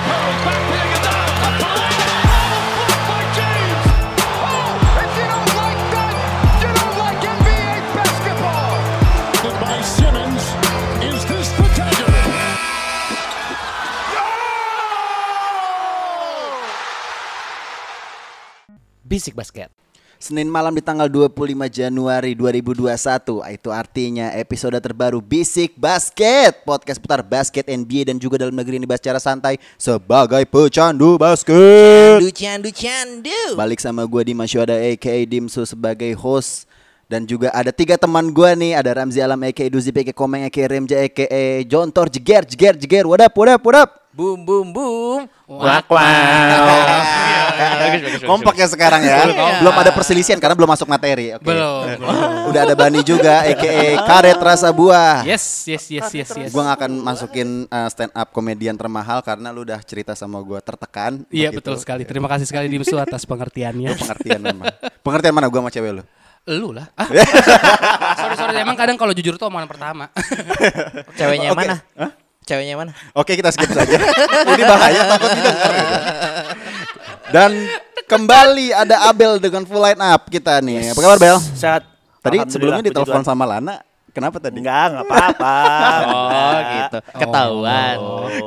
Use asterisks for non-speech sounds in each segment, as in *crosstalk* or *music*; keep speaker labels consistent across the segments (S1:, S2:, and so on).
S1: Oh,
S2: Bisik Basket.
S3: Senin malam di tanggal 25 Januari 2021 Itu artinya episode terbaru Bisik Basket Podcast putar basket NBA dan juga dalam negeri ini bahas secara santai Sebagai pecandu basket
S2: Candu candu candu.
S4: Gitu.
S3: Balik sama gue Dimas Syuada aka Dimsu sebagai host Dan juga ada tiga teman gue nih Ada Ramzi Alam aka Duzi aka Komeng aka Remja aka John Tor Jeger Jeger Jeger What up what up what up
S2: Boom boom boom.
S4: Wak wow.
S3: Kompak ya sekarang ya Belum ada perselisihan karena belum masuk materi Oke.
S4: Iya. Belum.
S3: Udah ada Bani juga aka Karet Rasa Buah.
S4: Yes, yes, yes, yes, yes.
S3: Gua gak akan masukin uh, stand up komedian termahal karena lu udah cerita sama gua tertekan.
S4: Iya
S3: begitu.
S4: betul sekali. Terima kasih sekali Dimsu atas pengertiannya.
S3: Pengertian memang. Pengertian mana gua sama cewek *laughs* lu?
S4: Lu lah.
S3: *laughs*
S4: Ah. sorry sorry emang kadang kalau jujur tuh omongan pertama.
S2: Ceweknya
S3: Oke.
S2: mana? Ceweknya mana?
S3: Oke, kita skip saja. *laughs* Ini bahaya takut didengar. gitu. Dan kembali ada Abel dengan full line up kita nih. Apa kabar Bel?
S1: Sehat.
S3: Tadi
S1: Alhamdulillah,
S3: sebelumnya
S1: puji
S3: ditelepon
S1: Tuhan.
S3: sama Lana. Kenapa tadi?
S1: Enggak, enggak apa-apa.
S3: *laughs*
S2: Oh gitu. Oh. Ketahuan.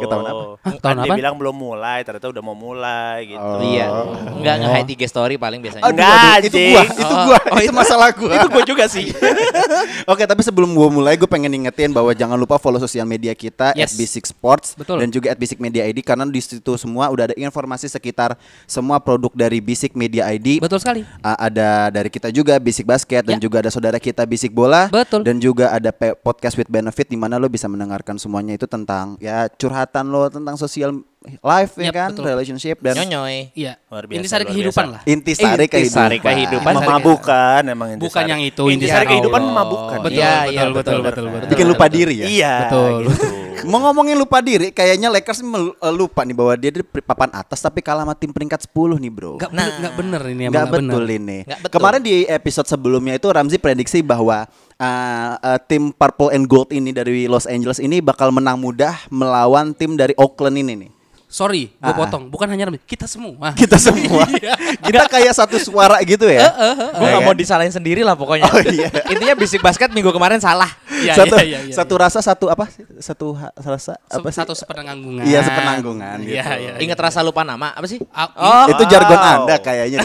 S3: Ketahuan apa?
S4: Hah,
S1: Kan
S4: tahun
S1: dia
S4: apa?
S1: bilang belum mulai, ternyata udah mau mulai gitu.
S3: Oh.
S2: Iya. Enggak nge high tiga story paling biasanya.
S3: Aduh,
S1: Enggak,
S3: aduh, itu
S1: anjing.
S3: gua, itu
S2: Oh,
S3: gua, itu masalah gua.
S1: Itu gue juga sih.
S3: *laughs* Oke, tapi sebelum gue mulai, gue pengen ingetin bahwa jangan lupa follow sosial media kita
S4: Yes.
S3: @basic sports
S4: Betul.
S3: dan juga @basic media ID karena di situ semua udah ada informasi sekitar semua produk dari Basic Media ID.
S4: Betul sekali.
S3: A- ada dari kita juga Bisik Basket dan
S4: Ya.
S3: juga ada saudara kita Bisik Bola
S4: Betul.
S3: dan juga ada P- podcast with benefit di mana lo bisa mendengarkan semuanya itu tentang ya curhatan lo tentang sosial life ya
S4: Yap,
S3: kan
S4: betul.
S3: relationship dan
S2: Nyonyoy.
S4: Iya.
S1: Luar biasa,
S4: Ini sari
S1: luar
S4: kehidupan
S1: biasa.
S4: lah.
S3: inti sari
S4: Eh, inti
S3: kehidupan.
S4: sari
S1: kehidupan
S4: Intisari
S1: memabukan emang intisari.
S4: Bukan yang itu
S1: Intisari
S4: intisari
S1: kehidupan
S4: Allah.
S1: memabukan.
S2: Iya,
S4: Betul, betul,
S2: iya,
S4: betul,
S2: betul,
S4: betul,
S1: betul.
S4: betul.
S3: bikin lupa diri ya.
S1: Iya.
S4: Betul.
S1: gitu.
S3: Mau ngomongin lupa diri, kayaknya Lakers mel- eh, lupa nih bahwa dia di pri- papan atas tapi kalah sama tim peringkat 10 nih, Bro.
S4: Enggak bener, enggak bener ini emang
S3: Nah. Nggak
S4: enggak bener.
S3: betul ini.
S2: Nggak betul.
S3: Kemarin di episode sebelumnya itu Ramzi prediksi bahwa eh, eh, tim Purple and Gold ini dari Los Angeles ini bakal menang mudah melawan tim dari Oakland ini nih. *laughs*
S4: Sorry, gue
S3: Ah, ah.
S4: potong. Bukan hanya Ramzi, kita semua. Iya.
S3: Kita
S4: *laughs*
S3: semua. kita kayak satu suara gitu ya.
S2: Gue gak mau disalahin sendiri lah pokoknya.
S3: Oh, iya.
S2: Intinya bisik basket minggu kemarin salah.
S4: Iya,
S3: satu
S4: iya, iya, iya.
S3: satu rasa satu apa sih? Satu ha- rasa
S4: Se-
S3: apa sih?
S4: satu sepenanggungan.
S3: Iya, sepenanggungan gitu.
S4: Iya, iya.
S2: Ingat rasa lupa nama apa sih?
S4: Oh,
S3: itu jargon
S1: Wow.
S3: Anda kayaknya.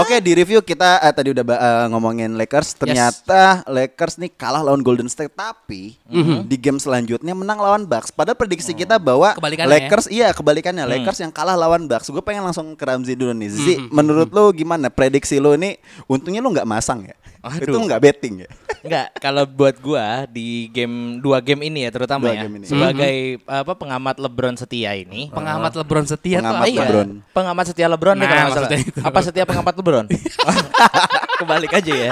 S3: Oke, di review kita eh, tadi udah ba- eh, ngomongin Lakers. Ternyata Lakers nih kalah lawan Golden State, tapi di game selanjutnya menang lawan Bucks. Padahal prediksi kita bahwa
S4: Kebalikannya
S3: Lakers iya kebalikannya Lakers yang kalah lawan Bucks. Gue pengen langsung ke Ramzi dulu nih. Zi, menurut lu gimana prediksi lu ini? Untungnya lu nggak masang ya.
S2: Aduh.
S3: Itu nggak betting ya.
S2: Enggak, kalau buat gua di game dua game ini Mm-hmm. ya terutama
S3: Dua
S2: ya
S3: game ini.
S2: sebagai apa pengamat LeBron setia ini.
S4: pengamat LeBron setia tuh
S3: Pengamat
S4: apa ya?
S3: LeBron.
S2: Iya. Pengamat setia LeBron nih
S4: Nah,
S2: kalau nggak salah.
S4: maksudnya itu.
S2: Apa setia pengamat LeBron? *laughs* Kebalik aja ya.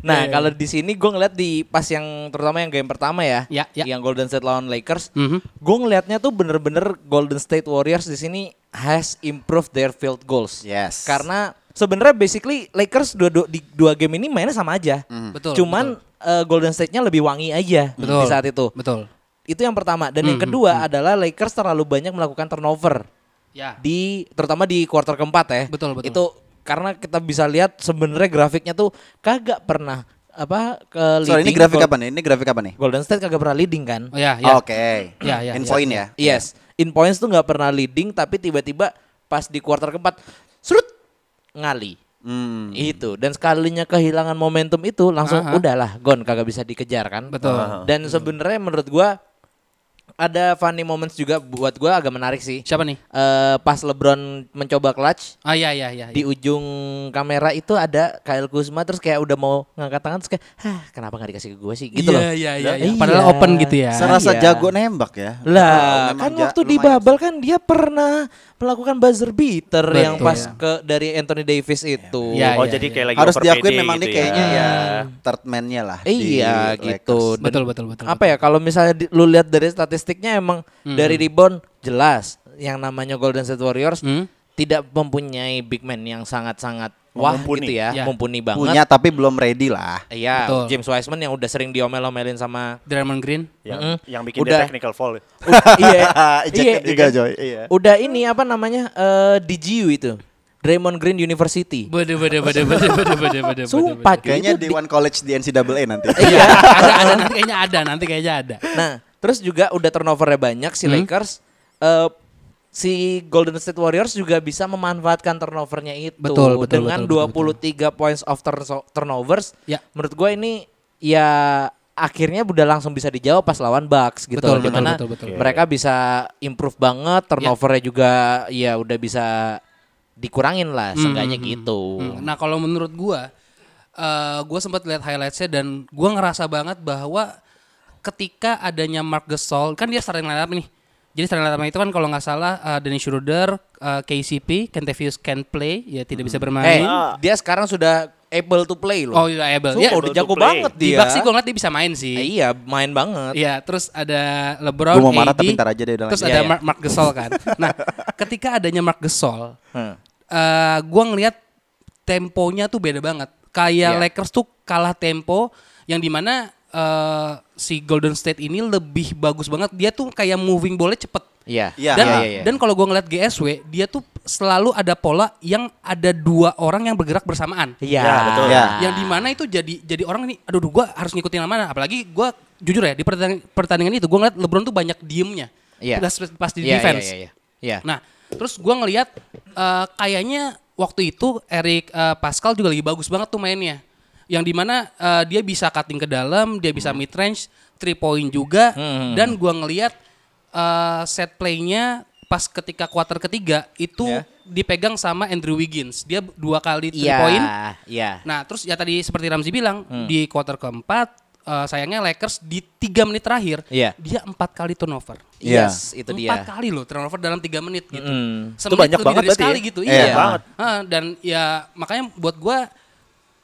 S2: Nah, kalau di sini gue ngeliat di pas yang terutama yang game pertama ya,
S4: Ya, ya.
S2: yang Golden State lawan Lakers,
S4: Mhm.
S2: gue ngelihatnya tuh bener-bener Golden State Warriors di sini has improved their field goals.
S3: Yes.
S2: Karena sebenarnya basically Lakers dua, dua- di dua game ini mainnya sama aja.
S4: Betul,
S2: Cuman eh, Golden State-nya lebih wangi aja
S4: Betul.
S2: di saat itu.
S4: Betul.
S2: Itu yang pertama. Dan yang kedua adalah Lakers terlalu banyak melakukan turnover
S4: Ya.
S2: di terutama di quarter keempat ya.
S4: Betul, betul.
S2: Itu karena kita bisa lihat sebenarnya grafiknya tuh kagak pernah apa ke
S3: Sorry, ini
S2: leading
S3: grafik
S2: Gol-
S3: apa nih? Ini grafik apa nih?
S2: Golden State kagak pernah leading kan?
S4: Oh Iya. ya, ya.
S3: Oke.
S4: Ya, ya,
S3: In
S4: ya.
S3: point ya.
S2: Yes. In points tuh nggak pernah leading tapi tiba-tiba pas di quarter keempat surut ngali.
S3: Hmm.
S2: Itu dan sekalinya kehilangan momentum itu langsung
S4: Aha.
S2: udahlah gone kagak bisa dikejar kan?
S4: Betul.
S2: Dan sebenarnya menurut gua ada funny moments juga buat gua agak menarik sih.
S4: Siapa nih?
S2: Eh, pas LeBron mencoba clutch
S4: Ah ya ya ya.
S2: di ujung kamera itu ada Kyle Kuzma terus kayak udah mau ngangkat tangan terus kayak hah kenapa nggak dikasih ke gue sih gitu loh
S4: Iya iya iya.
S2: Iya.
S4: Padahal open gitu ya.
S3: Serasa
S2: Iya.
S3: jago nembak ya.
S2: lah
S3: Memang
S2: kan
S3: ja-
S2: waktu di
S3: lumayan.
S2: bubble kan dia pernah melakukan buzzer beater
S4: Betul.
S2: yang pas ke dari Anthony Davis itu
S4: Iya,
S1: Oh,
S4: iya,
S1: jadi
S4: iya.
S1: kayak lagi
S3: harus
S1: over
S3: diakui
S1: PD
S3: memang
S1: gitu
S3: dia
S1: ya.
S3: kayaknya ya third man-nya lah. di
S2: Iya
S3: Lakers.
S2: gitu. Dan
S4: Betul, betul, betul,
S2: Apa ya kalau misalnya di- lu lihat dari statistiknya emang dari rebound jelas yang namanya Golden State Warriors
S4: Hmm.
S2: tidak mempunyai big man yang sangat-sangat wah
S1: Mumpuni.
S2: gitu ya,
S4: Ya.
S2: mumpuni banget.
S3: Punya tapi belum ready lah.
S2: Iya,
S4: Betul.
S2: James Wiseman yang udah sering diomel-omelin sama
S4: Draymond Green.
S1: Yang,
S2: Mm-mm.
S1: yang bikin
S2: Udah.
S1: dia technical foul.
S2: *laughs* iya,
S3: *laughs*
S2: iya,
S3: Ejected juga Joy. Iya.
S2: Udah ini apa namanya? eh DGU itu. Draymond Green University.
S4: Bede bede bede bede bede bede bede.
S2: Sumpah cuy,
S3: Kayaknya
S2: itu
S3: di
S2: di-
S3: One College di NCAA nanti.
S4: Iya, ada, ada nanti kayaknya ada, nanti kayaknya ada. Hmm.
S2: Nah, terus juga udah turnovernya banyak si Lakers eh si Golden State Warriors juga bisa memanfaatkan turnovernya itu
S4: Betul, betul,
S2: dengan
S4: betul, betul,
S2: 23 points of turn- turnovers.
S4: Ya.
S2: Menurut gue ini ya akhirnya udah langsung bisa dijawab pas lawan Bucks gitu loh,
S4: Betul, betul,
S2: dimana
S4: betul, betul.
S2: mereka bisa improve banget turnovernya juga ya udah bisa dikurangin lah seenggaknya gitu.
S4: Hmm, Nah kalau menurut gua, eh gua sempat lihat highlightsnya dan gua ngerasa banget bahwa ketika adanya Mark Gasol, kan dia starting lineup nih. Jadi starting lineup itu kan kalau nggak salah eh, Dennis Schroeder, eh, KCP, Kentavious can play, ya tidak bisa
S2: Eh,
S4: bermain.
S2: dia sekarang sudah able to play loh.
S4: oh iya, able.
S2: Sumpah,
S4: Ya,
S2: udah jago
S1: to play.
S2: banget
S4: di
S2: dia.
S4: Bucks sih gua ngeliat dia bisa main sih.
S2: Eh, iya, main banget.
S4: Iya, terus ada LeBron,
S3: Gua mau marah,
S4: AD,
S3: tapi ntar aja deh, udah
S4: Terus
S2: lanjut.
S4: ada
S2: Iya, iya.
S4: Mark, Mark Gasol kan. nah, ketika adanya Mark Gasol,
S2: Hmm.
S4: eh gua ngelihat temponya tuh beda banget.
S2: Iya.
S4: Kayak Lakers tuh kalah tempo yang dimana eh si Golden State ini lebih bagus banget. Dia tuh kayak moving bola cepet.
S2: Iya.
S3: Iya,
S4: dan
S2: iya, iya.
S4: dan kalau gua ngeliat GSW, dia tuh selalu ada pola yang ada dua orang yang bergerak bersamaan.
S2: Iya,
S1: Ya, betul.
S3: Ya.
S4: Yang dimana itu jadi jadi orang nih, aduh duh, gua harus ngikutin yang mana. Apalagi gua jujur ya di pertandingan, pertandingan itu gua ngeliat LeBron tuh banyak diemnya.
S2: Iya.
S4: Pas, pas di
S2: Iya, iya,
S4: defense.
S2: Iya, iya. Iya.
S4: Nah, terus gua ngelihat eh, kayaknya waktu itu Eric eh, Pascal juga lagi bagus banget tuh mainnya. Yang dimana eh, dia bisa cutting ke dalam, dia bisa mid range, three point juga,
S2: Hmm.
S4: dan gua ngelihat eh, set playnya pas ketika quarter ketiga itu
S2: Ya.
S4: dipegang sama Andrew Wiggins. Dia dua kali three
S2: Iya,
S4: point.
S2: Iya.
S4: Nah, terus ya tadi seperti Ramzi bilang
S1: Hmm.
S4: di quarter keempat eh, sayangnya Lakers di tiga menit terakhir
S2: Iya.
S4: dia empat kali turnover.
S3: Iya.
S2: Yes, itu dia.
S4: Empat kali loh turnover dalam tiga menit gitu.
S2: Mm.
S1: Hmm.
S4: Semenit
S1: banyak banget
S4: lebih dari
S1: berarti
S4: sekali
S1: ya?
S4: gitu.
S2: Iya.
S4: Iya.
S1: banget.
S4: Ah, dan ya makanya buat gua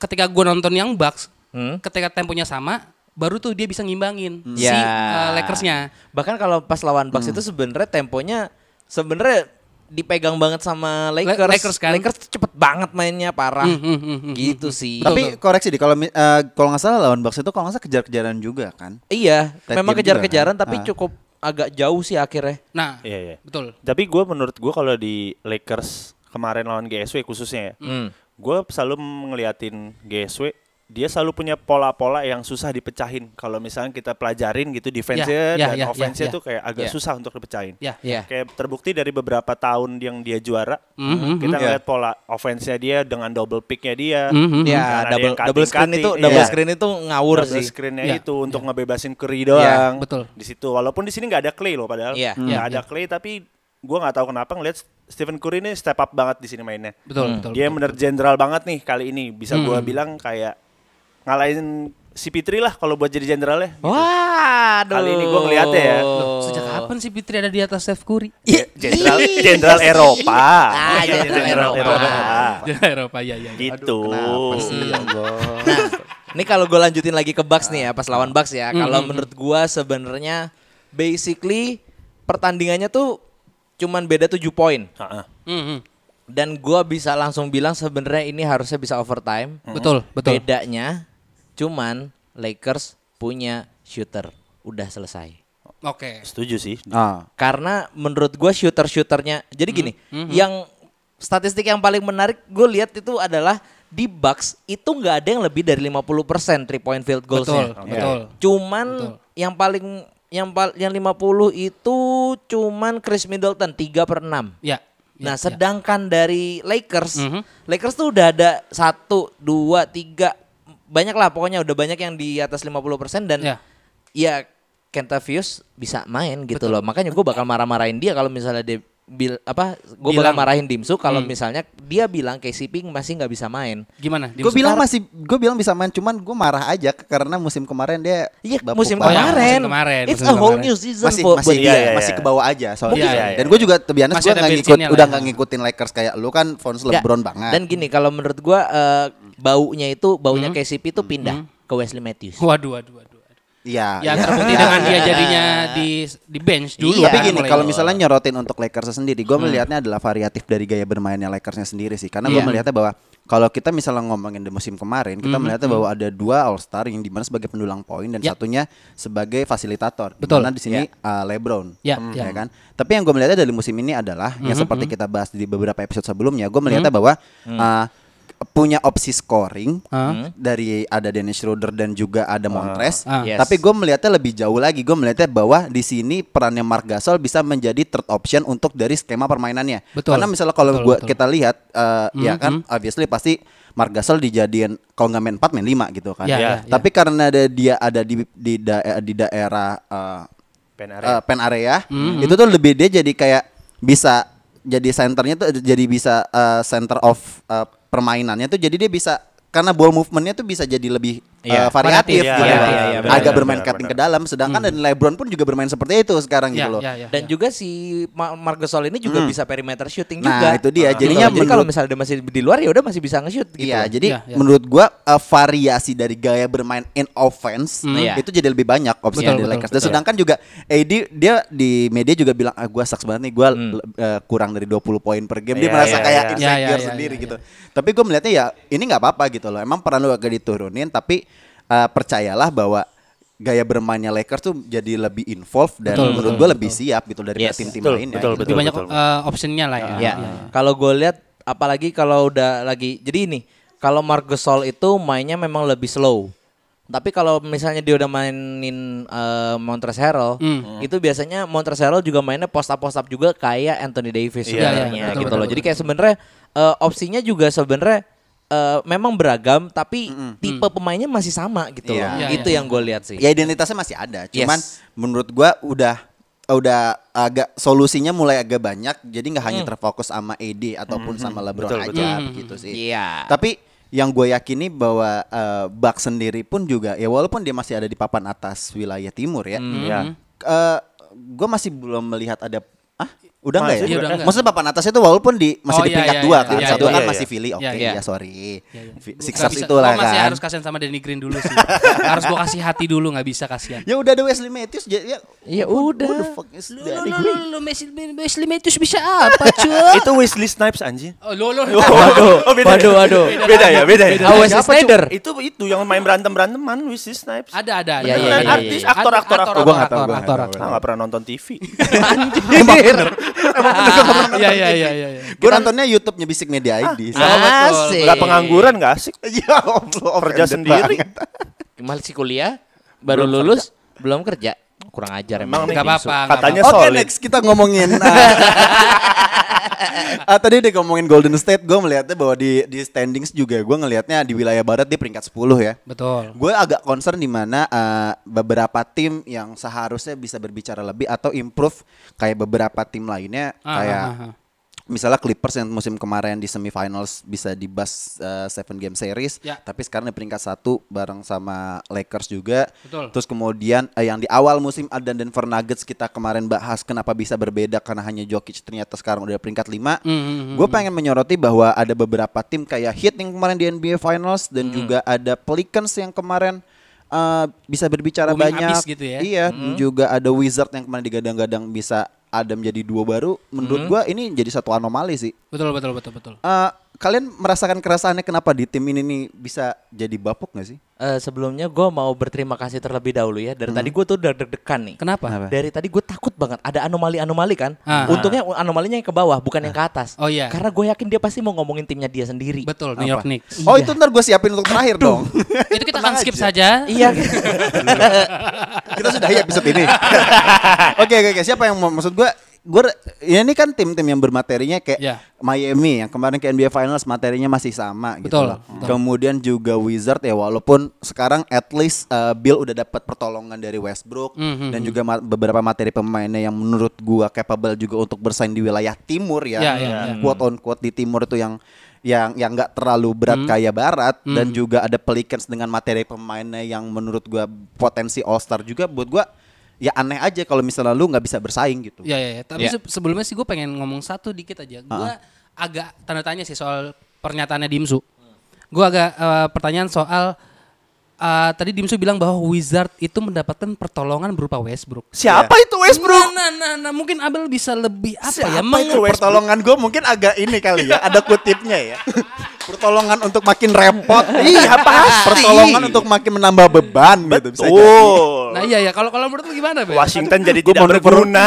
S4: ketika gua nonton yang Bucks,
S2: Hmm.
S4: ketika temponya sama, baru tuh dia bisa ngimbangin
S1: Hmm.
S4: si
S1: Iya.
S2: Ya.
S4: eh, Lakersnya.
S2: Bahkan kalau pas lawan Bucks itu sebenarnya temponya sebenarnya dipegang banget sama Lakers.
S4: Lakers kan?
S2: tuh cepet banget mainnya parah.
S4: Hmm, hmm, hmm, hmm,
S2: Gitu sih.
S3: *laughs* Tapi koreksi deh kalau mi- eh, kalau nggak salah lawan Bucks itu kalau nggak salah kejar-kejaran juga kan.
S2: iya,
S3: Tight
S2: memang
S3: game
S2: kejar-kejaran
S3: juga kan?
S2: tapi
S3: Ah.
S2: cukup agak jauh sih akhirnya.
S4: Nah,
S1: Iya, iya.
S4: betul.
S1: Tapi gue menurut gue kalau di Lakers kemarin lawan GSW khususnya ya,
S4: Mm.
S1: gue selalu ngeliatin GSW dia selalu punya pola-pola yang susah dipecahin. Kalau misalnya kita pelajarin gitu defense-nya
S4: Ya, ya,
S1: dan
S4: ya, ya,
S1: offense-nya
S4: ya.
S1: tuh kayak agak
S2: Ya.
S1: susah untuk dipecahin.
S4: Ya.
S2: Iya.
S1: Kayak terbukti dari beberapa tahun yang dia juara,
S4: Mhm,
S1: kita
S3: mhm.
S1: ngeliat pola offense-nya dia dengan double pick-nya dia.
S4: Mhm.
S2: Ya,
S1: Kan ada
S2: double
S1: yang cutting-
S2: double screen
S1: cutting,
S2: itu
S1: iya.
S2: double screen itu ngawur
S1: double
S2: sih.
S1: screen-nya
S4: Iya,
S1: itu untuk ngebebasin Curry doang.
S4: betul.
S1: Di situ walaupun di sini nggak ada Clay loh padahal.
S2: Iya,
S1: Nggak
S4: iya,
S1: ada Clay tapi gua nggak tahu kenapa ngeliat Stephen Curry ini step up banget di sini mainnya.
S4: Betul, betul.
S1: Dia bener jenderal banget nih kali ini. Bisa gua bilang kayak ngalahin si Pitri lah kalau buat jadi ya. jenderalnya.
S2: Oh. Wah, aduh.
S1: Kali ini gua ngeliatnya ya.
S4: Loh, Sejak kapan sih Fitri ada di atas Steph Curry?
S1: Je- Jenderal jenderal Eropa.
S2: Iya. Ah,
S1: Iya,
S2: jenderal Eropa.
S4: *laughs* Ya Eropa ya ya. ya.
S1: Gitu.
S2: Ini kalau gue lanjutin lagi ke Bucks nih ya pas lawan Bucks ya. Kalau
S1: Mm-hmm.
S2: menurut gua sebenarnya basically pertandingannya tuh cuman beda 7 poin
S1: Ha-ha.
S4: Mhm.
S2: dan gua bisa langsung bilang sebenarnya ini harusnya bisa overtime.
S4: Betul, betul.
S2: Bedanya cuman Lakers punya shooter. Udah selesai.
S4: Oke.
S1: Setuju sih.
S3: Ah.
S2: Karena menurut gua shooter-shooternya. Jadi
S4: Hmm,
S2: gini, yang statistik yang paling menarik gue lihat itu adalah di Bucks itu nggak ada yang lebih dari 50% three point field goalsnya.
S4: Betul, betul.
S2: Cuman
S4: Betul.
S2: yang paling yang pal yang 50 itu cuman Chris Middleton 3 per 6.
S4: Ya. ya,
S2: Nah,
S4: ya.
S2: sedangkan dari Lakers,
S4: Mhm.
S2: Lakers tuh udah ada 1 2 3 banyak lah pokoknya udah banyak yang di atas 50% dan
S4: Ya.
S2: ya Kentavious bisa main gitu loh. Makanya gue bakal marah-marahin dia kalau misalnya dia bil apa gue bakal
S4: Bilang. Hmm.
S2: marahin Dimsu kalau misalnya dia bilang KCP masih nggak bisa main.
S4: Gimana?
S3: Gue bilang masih gue bilang bisa main cuman gue marah aja karena musim kemarin dia
S2: Iya
S3: babak
S2: musim
S3: parah.
S4: Oh, ya,
S2: kemarin.
S4: musim kemarin,
S2: It's
S4: musim
S2: a whole
S4: kemarin.
S2: new season
S3: masih
S2: for-
S3: masih
S2: buat
S1: iya,
S2: dia.
S1: iya,
S3: masih
S1: iya.
S3: ke bawah aja soalnya
S4: Iya, iya,
S3: dan
S1: iya.
S3: gue juga to be honest,
S4: Masih
S3: gue
S4: ada
S3: nggak ngikut
S4: bensinnya lah.
S3: udah nggak ngikutin Lakers kayak lu kan fans
S2: Nggak.
S3: LeBron banget
S2: Ya. Dan gini kalau menurut gua eh, baunya itu baunya
S4: Hmm.
S2: KCP itu pindah ke Wesley Matthews.
S4: Waduh, waduh, waduh. waduh.
S3: iya
S4: Ya
S3: iya. *laughs*
S4: terbukti dengan dia *laughs* jadinya di di bench dulu.
S2: Iya,
S3: tapi
S4: kan,
S3: gini
S4: mulai
S3: kalau
S4: dulu. Hmm.
S3: misalnya nyorotin untuk Lakers sendiri gue melihatnya adalah variatif dari gaya bermainnya Lakersnya sendiri sih karena gue
S4: Iya. Hmm,
S3: melihatnya bahwa kalau kita misalnya ngomongin di musim kemarin kita melihatnya bahwa ada dua All Star yang dimana sebagai pendulang poin dan
S4: Ya.
S3: satunya sebagai fasilitator
S4: Betul.
S3: Dimana di sini uh, LeBron
S4: Ya,
S3: Hmm,
S4: ya.
S3: ya kan tapi yang gue
S4: Mhm, Hmm.
S3: melihatnya dari musim ini adalah yang seperti kita bahas di beberapa episode sebelumnya gue melihatnya bahwa uh, punya opsi scoring
S4: Hah?
S3: dari ada Dennis Schroeder dan juga ada Montres.
S4: Hmm. Ah.
S2: Yes.
S3: Tapi gue melihatnya lebih jauh lagi. Gue melihatnya bahwa di sini perannya Mark Gasol bisa menjadi third option untuk dari skema permainannya.
S4: Betul.
S3: Karena misalnya kalau
S4: Betul,
S3: gua
S4: betul. Mhm,
S3: kita lihat eh, ya kan obviously pasti Mark Gasol dijadiin kalau nggak main 4 main 5 gitu kan.
S4: Ya,
S1: ya,
S4: ya.
S3: Tapi karena ada, dia ada di di, dae- di daerah eh,
S1: Pen
S3: eh,
S1: area. Mm-hmm.
S3: pen area itu tuh lebih dia jadi kayak bisa jadi senternya tuh jadi bisa eh, center of eh, permainannya tuh jadi dia bisa karena ball movementnya tuh bisa jadi lebih eh,
S2: Iya.
S3: variatif
S4: Variatif,
S3: gitu
S2: iya,
S3: loh.
S2: iya, iya, benar,
S3: agak
S2: benar,
S3: bermain
S1: benar,
S3: cutting
S1: benar.
S3: ke dalam sedangkan
S1: Mm-hmm.
S3: dan LeBron pun juga bermain seperti itu sekarang
S4: Ya,
S3: gitu
S1: Iya.
S3: loh
S4: ya, ya,
S2: Dan
S4: ya.
S2: juga si Ma- Marc Gasol ini juga bisa perimeter shooting
S3: Nah,
S2: juga. Ah.
S3: itu dia. Jadi
S2: Jadinya
S3: kalau
S2: jadi kalau
S3: menurut-
S2: misalnya dia masih di luar ya udah masih bisa nge-shoot gitu.
S3: Iya, jadi
S4: Iya, iya.
S3: menurut gua eh, variasi dari gaya bermain in offense
S2: Hmm. Iya.
S3: itu jadi lebih banyak opsinya
S4: Betul,
S3: di
S4: betul,
S3: Lakers. Dan
S4: betul.
S3: sedangkan juga AD dia di media juga bilang ah gua sucks banget nih gua le- eh, kurang dari 20 poin per game.
S1: Hmm.
S3: Dia
S1: Iya,
S3: merasa
S1: iya,
S3: kayak
S1: iya.
S3: insecure
S4: Iya, iya, iya,
S3: sendiri
S4: iya,
S3: gitu. Tapi gua melihatnya ya ini nggak apa-apa gitu loh. Emang peran lu agak diturunin tapi eh, percayalah bahwa gaya bermainnya Lakers tuh jadi lebih involved dan
S4: Betul,
S3: menurut
S4: betul,
S3: gua lebih siap gitu dari
S2: Yes,
S3: tim-tim
S1: betul,
S3: lainnya.
S1: betul,
S3: gitu.
S4: Lebih banyak
S1: betul.
S4: eh, optionnya lah ya.
S3: Iya.
S2: Ya, kalau gue lihat apalagi kalau udah lagi jadi ini kalau Marc Gasol itu mainnya memang lebih slow. Tapi kalau misalnya dia udah mainin eh, Montrezl Harrell,
S4: Hmm.
S2: itu biasanya Montrezl Harrell juga mainnya post up post up juga kayak Anthony Davis
S1: Iya,
S2: sebenarnya
S4: iya, betul,
S2: gitu
S4: betul,
S2: loh. Jadi kayak sebenarnya eh, opsinya juga sebenarnya eh, memang beragam tapi tipe pemainnya masih sama gitu
S3: Iya.
S2: loh.
S4: Iya,
S2: itu yang gue lihat sih.
S3: Ya identitasnya masih ada, cuman
S2: Yes.
S3: menurut gua udah udah agak solusinya mulai agak banyak, jadi nggak hanya terfokus sama AD ataupun sama LeBron
S1: Betul,
S3: aja begitu sih.
S2: Iya.
S3: Tapi yang gue yakini bahwa eh, Bucks sendiri pun juga ya walaupun dia masih ada di papan atas wilayah timur ya,
S1: Ya.
S3: gue masih belum melihat ada ah udah nggak
S1: Masih
S3: ya?
S4: Iya, udah nggak.
S3: Maksudnya papan atasnya tuh walaupun di masih di
S4: Oh, iya,
S3: peringkat
S4: iya,
S3: dua
S4: iya,
S3: kan,
S1: iya,
S3: satu
S1: iya,
S3: kan
S1: iya.
S3: masih Philly, oke
S4: Iya,
S2: iya.
S3: ya sorry,
S4: ya. Gak
S3: Sixers
S4: bisa.
S3: itulah
S4: Gua oh, masih
S3: kan.
S4: harus kasihan sama Danny Green dulu sih.
S3: *laughs*
S4: harus gua kasih hati dulu nggak bisa kasihan.
S3: Ya udah ada Wesley Matthews jadi ya
S2: Ya
S4: Iya,
S3: who- who
S2: udah.
S3: the fuck is that?
S4: lu Messi Messi Matthews bisa apa, cuy?
S1: *laughs* Itu Wesley Snipes anjing.
S4: *laughs* Oh, lo lo.
S3: *laughs*
S2: Waduh,
S1: Oh, beda.
S2: waduh, waduh.
S1: Beda ya, beda ya.
S2: Ah, Wesley
S1: Siapa, Cuk?
S2: Snyder.
S1: Itu itu yang main berantem-beranteman Wesley Snipes.
S4: Ada ada ada.
S2: Iya, iya,
S4: Ada,
S2: iya,
S4: ada.
S2: iya, iya.
S1: Aktor, aktor, aktor.
S3: Gua nggak tahu, gua nggak
S4: aktor,
S3: tahu.
S4: aktor.
S1: Ah, nggak pernah nonton TV.
S4: Iya iya iya iya. iya.
S3: Gue nontonnya YouTube-nya Bisik Media ID. sih.
S2: Asik.
S3: Iya.
S1: Gak pengangguran gak
S3: *laughs*
S1: asik.
S3: Ya Allah,
S1: Kerja
S3: offended
S1: sendiri.
S3: banget.
S2: masih kuliah baru lulus belum kerja kurang ajar
S1: Emang
S2: emang
S1: nih,
S4: Nggak apa-apa, nggak
S1: Katanya
S3: gitu. Oke
S1: solid.
S3: next kita ngomongin uh, uh, tadi udah ngomongin Golden State, gue melihatnya bahwa di di standings juga gue ngelihatnya di wilayah barat dia peringkat 10 ya.
S4: Betul.
S3: Gue agak concern di mana uh, beberapa tim yang seharusnya bisa berbicara lebih atau improve kayak beberapa tim lainnya
S4: Ah,
S3: kayak
S4: ah, ah, ah.
S3: misalnya Clippers yang musim kemarin di semifinals bisa di bus uh, seven game series,
S4: Ya.
S3: tapi sekarang di peringkat satu bareng sama Lakers juga.
S4: Betul.
S3: Terus kemudian eh, yang di awal musim ada Denver Nuggets kita kemarin bahas kenapa bisa berbeda karena hanya Jokic ternyata sekarang udah peringkat 5.
S4: Hmm,
S3: Gue pengen menyoroti bahwa ada beberapa tim kayak Heat yang kemarin di NBA Finals dan
S4: Hmm.
S3: juga ada Pelicans yang kemarin eh, bisa berbicara
S4: Booming
S3: banyak.
S4: abis gitu ya.
S3: Iya, juga ada Wizard yang kemarin digadang-gadang bisa ada menjadi dua baru.
S4: Hmm.
S3: Menurut gua ini jadi satu anomali sih.
S4: Betul betul betul betul.
S3: Eh, kalian merasakan keresahannya kenapa di tim ini nih bisa jadi bapuk gak sih?
S2: Eh, sebelumnya gue mau berterima kasih terlebih dahulu ya dari tadi gue tuh udah deg-degan nih
S4: Hmm. Kenapa?
S2: dari tadi gue takut banget ada anomali-anomali kan
S4: Ah.
S2: untungnya anomalinya yang ke bawah bukan yang ke atas
S4: Oh, iya.
S2: karena gue yakin dia pasti mau ngomongin timnya dia sendiri
S4: Betul New York Knicks.
S3: Oh itu ntar gue siapin untuk terakhir dong.
S4: *laughs* Itu kita
S3: Tenang
S4: akan skip
S3: aja.
S4: saja.
S2: iya
S4: *laughs*
S3: kita sudahi episode ini. *laughs* Oke oke oke siapa yang mau maksud gue gue ini kan tim-tim yang bermaterinya kayak
S4: Ya.
S3: Miami yang kemarin ke NBA Finals materinya masih sama gitu.
S4: Betul,
S3: loh. Kemudian juga Wizard ya walaupun sekarang at least uh, Bill udah dapat pertolongan dari Westbrook
S4: Hmm,
S3: dan juga ma- beberapa materi pemainnya yang menurut gua capable juga untuk bersaing di wilayah timur ya.
S4: Ya, ya, ya.
S3: Quote on quote di timur itu yang yang yang nggak terlalu berat kayak barat dan juga ada Pelicans dengan materi pemainnya yang menurut gua potensi All Star juga buat gua ya aneh aja kalau misalnya lu nggak bisa bersaing gitu.
S4: Ya ya, ya. tapi
S2: Ya.
S4: se- sebelumnya sih gue pengen ngomong satu dikit aja. Gue agak tanda tanya sih soal pernyataannya Dimsu. Gue agak eh, pertanyaan soal eh, tadi Dimsu bilang bahwa Wizard itu mendapatkan pertolongan berupa Westbrook.
S1: Siapa
S3: Iya.
S1: itu Westbrook?
S4: Nah, nah, nah, mungkin Abel bisa lebih apa ya?
S3: Apa itu pertolongan gue mungkin agak ini kali ya, ada kutipnya
S1: *laughs*
S3: ya. Pertolongan untuk makin repot. Iya, pasti. Pertolongan untuk makin menambah beban gitu bisa jadi.
S1: Betul.
S4: Nah iya ya, kalau kalau menurut lu gimana, Bel?
S1: Washington jadi
S3: Gua
S1: tidak
S3: mau
S1: berguna.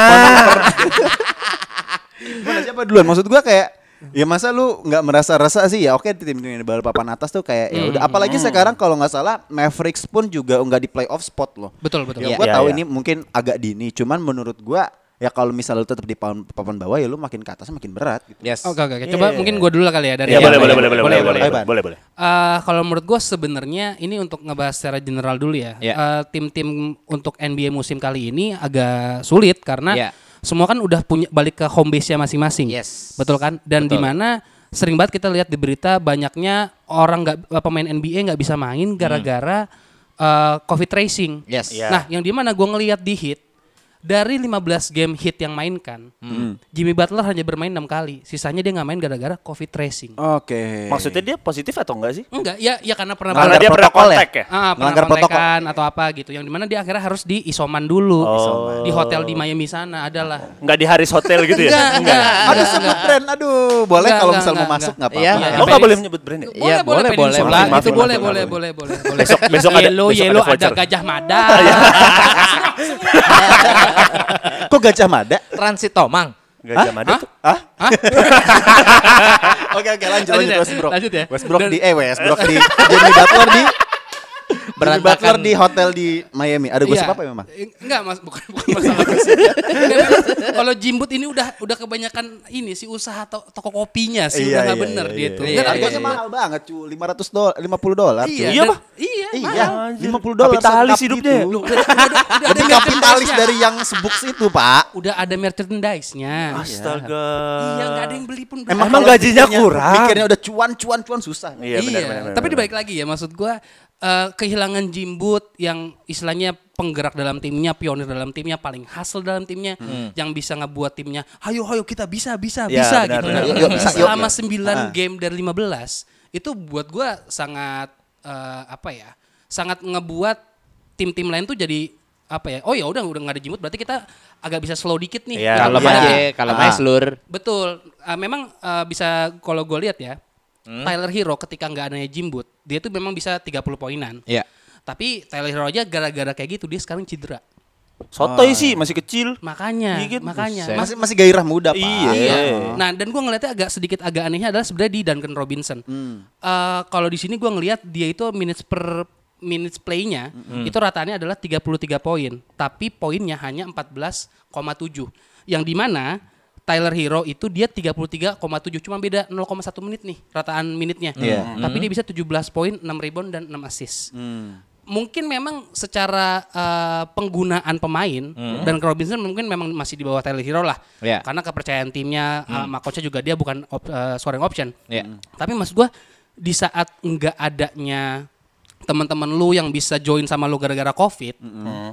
S3: Gimana, siapa duluan? Maksud gue kayak Ya masa lu nggak merasa rasa sih ya oke tim tim yang di bawah papan atas tuh kayak ya udah apalagi sekarang kalau nggak salah Mavericks pun juga nggak di playoff spot loh.
S4: Betul, betul.
S3: Ya
S1: Iya.
S3: gua
S1: Iya,
S3: tahu
S1: iya.
S3: ini mungkin agak dini cuman menurut gua ya kalau misalnya lu tetap di papan, papan bawah ya lu makin ke atas makin berat gitu.
S2: Yes.
S4: Oke oke, oke. coba mungkin gue dulu lah kali ya dari.
S1: Ya,
S4: yang-
S1: boleh, boleh, boleh,
S3: boleh,
S1: boleh, boleh, boleh,
S3: boleh,
S1: boleh, boleh, boleh.
S4: Eh, kalau menurut gue sebenarnya ini untuk ngebahas secara general dulu ya.
S2: Iya.
S4: Eh, Tim-tim untuk NBA musim kali ini agak sulit karena
S2: Iya.
S4: semua kan udah punya balik ke home base-nya masing-masing.
S2: Yes.
S4: Betul kan? Dan di mana sering banget kita lihat di berita banyaknya orang nggak eh, pemain NBA nggak bisa main gara-gara eh, COVID tracing.
S2: Yes.
S1: Iya.
S4: Nah, yang di mana gue ngelihat di hit dari 15 game hit yang mainkan, Jimmy Butler hanya bermain enam kali. Sisanya dia nggak main gara-gara COVID tracing.
S3: Oke.
S1: Maksudnya dia positif atau enggak sih?
S4: Enggak, ya ya karena pernah
S1: Karena
S4: balik-
S1: dia pernah
S3: protokol ya?
S1: kontak ya?
S4: Ah, pernah
S3: Melanggar protokol.
S4: kontekan atau apa gitu. Yang dimana dia akhirnya harus di isoman dulu,
S1: Oh.
S4: di hotel di Miami sana adalah.
S1: Enggak di Haris Hotel gitu ya?
S4: Enggak, enggak.
S3: Aduh sebut brand, aduh boleh kalau
S4: Enggak, enggak,
S3: misalnya mau
S4: enggak,
S3: masuk nggak
S2: Iya,
S3: apa-apa.
S1: Oh, enggak boleh menyebut brand ya?
S2: Iya, boleh, boleh,
S4: Peninsula,
S2: maafin,
S1: maafin,
S4: itu boleh,
S1: maafin,
S4: boleh,
S1: maafin.
S4: boleh, boleh, boleh. *laughs*
S1: Besok- besok ada-
S4: Yellow,
S1: besok ada
S4: yellow, ada
S1: voucher.
S4: gajah mada. Iya.
S3: Kok Gajah Mada?
S2: Transit Tomang.
S1: Gajah Mada tuh.
S3: Hah? Oke oke lanjut
S4: Lanjut
S3: lanjut
S4: ya,
S3: Westbrook.
S4: lanjut ya.
S3: Westbrook
S4: Dan-
S3: di eh Westbrook di Jimmy Butler di Jimmy Butler
S2: Berantakan.
S3: di hotel di Miami. Ada gue
S4: Iya.
S3: apa memang?
S4: Eh, Enggak, Mas, bukan, bukan masalah. gosip. Enggak, memang Kalau Jimbut ini udah udah kebanyakan ini sih usaha to- toko kopinya sih udah enggak bener dia tuh.
S2: iya,
S4: Enggak,
S2: iya,
S3: Harganya
S4: iya.
S3: mahal banget cu, 500 dolar, 50 dolar cu.
S4: Iya,
S1: Iya,
S4: dan-
S1: Pak.
S4: Iya,
S3: Iya,
S4: mahal.
S3: lima puluh dolar.
S1: Kapitalis
S3: sekap
S1: hidupnya.
S3: gitu.
S4: Loh, udah- udah- udah ada
S3: Lebih kapitalis
S4: merchandise-nya.
S3: dari yang sebooks itu pak.
S4: udah ada merchandise-nya.
S1: Astaga.
S4: Iya, enggak ada yang beli pun. bro.
S1: Emang
S3: kalau
S1: gajinya
S3: mikirnya-
S1: kurang?
S3: Mikirnya udah cuan cuan cuan susah.
S1: Iya, benar, benar, benar,
S4: tapi
S1: benar.
S4: dibalik lagi ya maksud gua eh, kehilangan Jimbut yang istilahnya penggerak dalam timnya, pionir dalam timnya, paling hasil dalam timnya, yang bisa ngebuat timnya, ayo ayo kita bisa bisa
S1: Hmm. Ya,
S4: bisa
S1: benar,
S4: gitu.
S1: benar,
S3: Yuk, yuk, bisa, yuk,
S4: Selama
S3: yuk.
S1: Ah.
S4: 9 game dari 15 itu buat gua sangat eh, apa ya? Sangat ngebuat tim-tim lain tuh jadi apa ya? Oh ya udah udah nggak ada Jimbut berarti kita agak bisa slow dikit nih.
S1: Iya,
S2: Kalau
S4: Kalau
S3: iya.
S2: aja, kalau
S3: Ah.
S2: main seluruh.
S4: Betul. Eh, memang eh, bisa kalau gue lihat ya,
S2: Hmm?
S4: Tyler Hero ketika nggak adanya Jimbut, dia tuh memang bisa 30 poinan.
S2: Iya.
S4: Tapi Tyler Hero aja gara-gara kayak gitu dia sekarang cedera.
S1: Sotoy sih, masih kecil.
S4: Makanya,
S1: Gigit.
S4: makanya.
S2: Iya kan? Buset.
S4: Mas-
S3: Masih masih gairah muda pak.
S1: Iya.
S4: Iya. Nah, dan gue ngeliatnya agak sedikit agak anehnya adalah sebenarnya di Duncan Robinson. Eh, kalau di sini gue ngelihat dia itu minutes per minutes play-nya itu rataannya adalah 33 poin, tapi poinnya hanya 14,7. Yang di mana Tyler Hero itu dia 33,7 cuma beda 0,1 menit nih rataan minitnya.
S3: Iya.
S4: Tapi dia bisa 17 poin, 6 rebound dan 6 assist mungkin memang secara eh, penggunaan pemain dan Robinson mungkin memang masih di bawah Tyler Hero lah.
S2: Iya.
S4: Karena kepercayaan timnya eh, sama coachnya juga dia bukan op, eh, scoring option.
S2: Iya.
S4: Tapi maksud gua di saat nggak adanya teman-teman lu yang bisa join sama lu gara-gara Covid,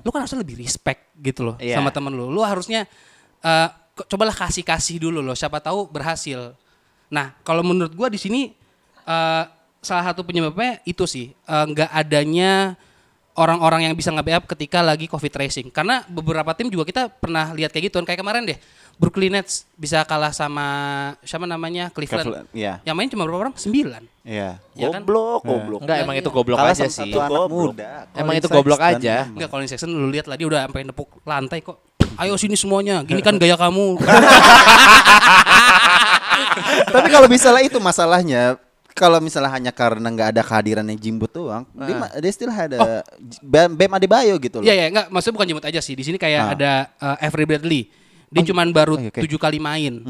S4: lu kan harusnya lebih respect gitu loh
S2: Iya.
S4: sama teman lu. Lu harusnya eh, ko- cobalah kasih-kasih dulu loh, siapa tahu berhasil. Nah, kalau menurut gua di sini eh, salah satu penyebabnya itu sih eh, nggak adanya orang-orang yang bisa nge-backup ketika lagi covid tracing. Karena beberapa tim juga kita pernah lihat kayak gitu kan kayak kemarin deh. Brooklyn Nets bisa kalah sama siapa namanya Cleveland.
S3: Cleveland, iya.
S4: Yang main cuma berapa orang? 9.
S3: Iya.
S4: Ya kan?
S1: Goblok, goblok.
S2: Enggak, emang itu goblok
S3: Kalah
S2: aja
S3: sama
S2: sih.
S3: satu anak
S1: Goblok.
S3: muda.
S2: Emang
S3: Colin
S2: itu goblok
S3: Sexton
S2: aja.
S3: memang.
S4: Enggak Colin Sexton lu lihat lah dia udah sampai nepuk lantai kok. Ayo sini semuanya. Gini kan gaya kamu.
S3: Tapi kalau misalnya itu masalahnya kalau misalnya hanya karena nggak ada kehadiran yang jimbut doang,
S1: Ah.
S3: dia, ma- dia still ada
S1: Oh.
S3: Bam, Bam Adebayo gitu loh.
S4: Iya ya, enggak maksudnya bukan jemput aja sih. Di sini kayak
S3: Ah. Oh,
S4: ada uh, Avery Bradley. Dia cuman baru
S3: oke, oke.
S4: tujuh kali main.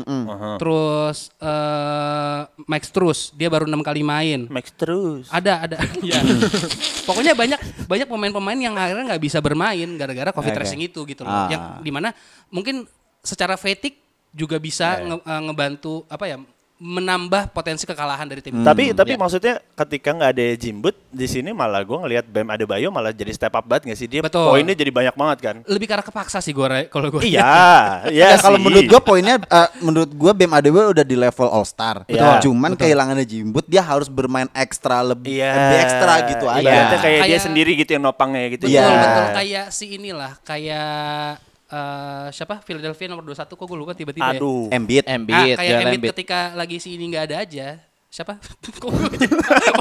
S4: Terus eh Max Strus dia baru enam kali main.
S1: Max terus.
S4: Ada
S1: *laughs*
S4: ada. Iya. *laughs* Pokoknya banyak banyak pemain-pemain yang akhirnya nggak bisa bermain gara-gara covid
S3: Oke.
S4: tracing itu gitu loh.
S3: Ah.
S4: Yang dimana mungkin secara fatigue juga
S1: Iya,
S4: bisa nge- eh, ngebantu apa ya menambah potensi kekalahan dari
S3: Hmm.
S4: tim. Ya. itu.
S1: Tapi tapi maksudnya ketika nggak ada Jimbut di sini malah gue ngelihat Bam Adebayo malah jadi step up banget nggak sih dia
S4: Betul.
S1: poinnya jadi banyak banget kan.
S4: Lebih karena kepaksa sih gue kalau gue.
S1: iya, iya.
S3: Ya, kalau
S1: sih.
S3: menurut gua poinnya eh, menurut gua Bam Adebayo udah di level all star.
S1: Iya. Betul.
S3: Cuman kehilangannya Jimbut dia harus bermain ekstra lebih
S1: Iya.
S3: lebih ekstra gitu aja.
S1: Ibaratnya kayak dia
S4: Kayak-
S1: sendiri gitu yang nopangnya gitu.
S3: Iya.
S4: Betul, betul. Kayak si inilah, kayak eh, siapa? Philadelphia nomor 21 kok gue lupa tiba-tiba ya.
S1: Aduh.
S3: Embiid. ya,
S4: Ah,
S2: Embiid,
S4: kayak
S2: Joel
S4: Embiid
S2: Embiid.
S4: ketika lagi si ini nggak ada aja. Siapa? *laughs* Kok gua jadi-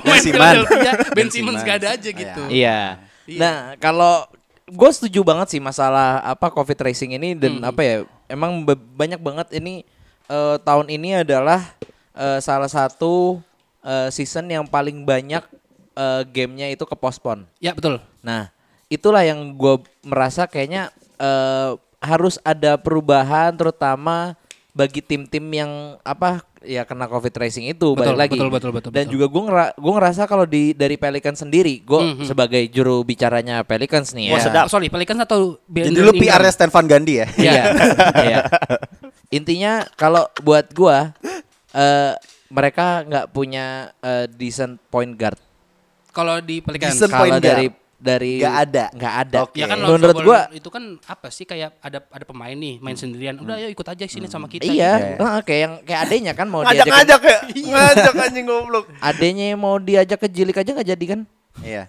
S4: Pemain
S3: Simmons.
S4: Philadelphia, Ben
S3: Ben
S4: Simmons
S3: Simmons.
S4: nggak ada aja gitu.
S2: Iya. Nah, kalau gue setuju banget sih masalah apa COVID tracing ini dan apa ya, emang be- banyak banget ini eh, tahun ini adalah eh, salah satu eh, season yang paling banyak eh, gamenya itu ke postpone.
S4: Ya betul.
S2: Nah, itulah yang gue merasa kayaknya eh, harus ada perubahan, terutama bagi tim-tim yang apa ya kena covid tracing itu
S4: Betul,
S2: balik lagi.
S4: betul, betul, betul,
S2: Dan
S4: betul.
S2: juga gue ngera gua ngerasa kalau di dari Pelicans sendiri, gue
S4: Mhm.
S2: sebagai juru bicaranya Pelicans nih ya.
S1: Wah, sedap.
S4: Oh, sorry, Pelicans atau B-
S3: Jadi lu
S4: England?
S3: PR-nya Stan Van Gundy ya?
S2: Iya. Iya. Intinya kalau buat gua eh mereka nggak punya eh, decent point guard.
S4: Kalau di Pelicans.
S3: Decent point
S2: Kalau dari
S3: guard.
S2: dari
S3: Nggak ada.
S2: nggak ada. Iya.
S3: Oke.
S4: Ya kan
S3: Oke.
S4: Lonzo
S2: menurut
S4: Ball
S2: gua
S4: itu kan apa sih kayak ada ada pemain nih main sendirian. Udah ayo ikut aja sini sama kita. gitu ya.
S2: iya,
S3: Iya.
S2: heeh, kayak yang kayak adenya kan mau diajak ke-
S1: Ngajak-ngajak ya. Ngajak anjing goblok.
S2: adenya yang mau diajak ke Jilik aja nggak jadi kan?
S3: Iya.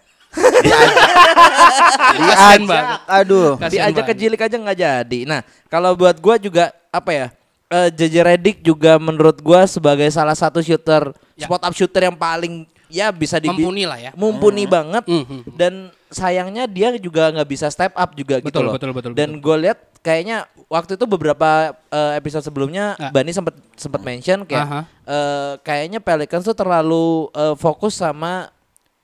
S4: Kasian banget.
S3: Aduh.
S4: Kasian
S2: diajak ke
S4: banget.
S2: Jilik aja nggak jadi. Nah, kalau buat gua juga apa ya? eh, JJ Redick juga menurut gua sebagai salah satu shooter
S4: Ya.
S2: spot up shooter yang paling ya bisa di
S4: Mumpuni lah ya.
S2: mumpuni banget
S4: Mhm.
S2: dan sayangnya dia juga nggak bisa step up juga gitu
S4: Betul,
S2: loh.
S4: betul, betul,
S2: dan gue lihat kayaknya waktu itu beberapa eh, episode sebelumnya
S4: Ah.
S2: Bani sempat sempat mention kayak
S4: Aha.
S2: eh, kayaknya Pelicans tuh terlalu eh, fokus sama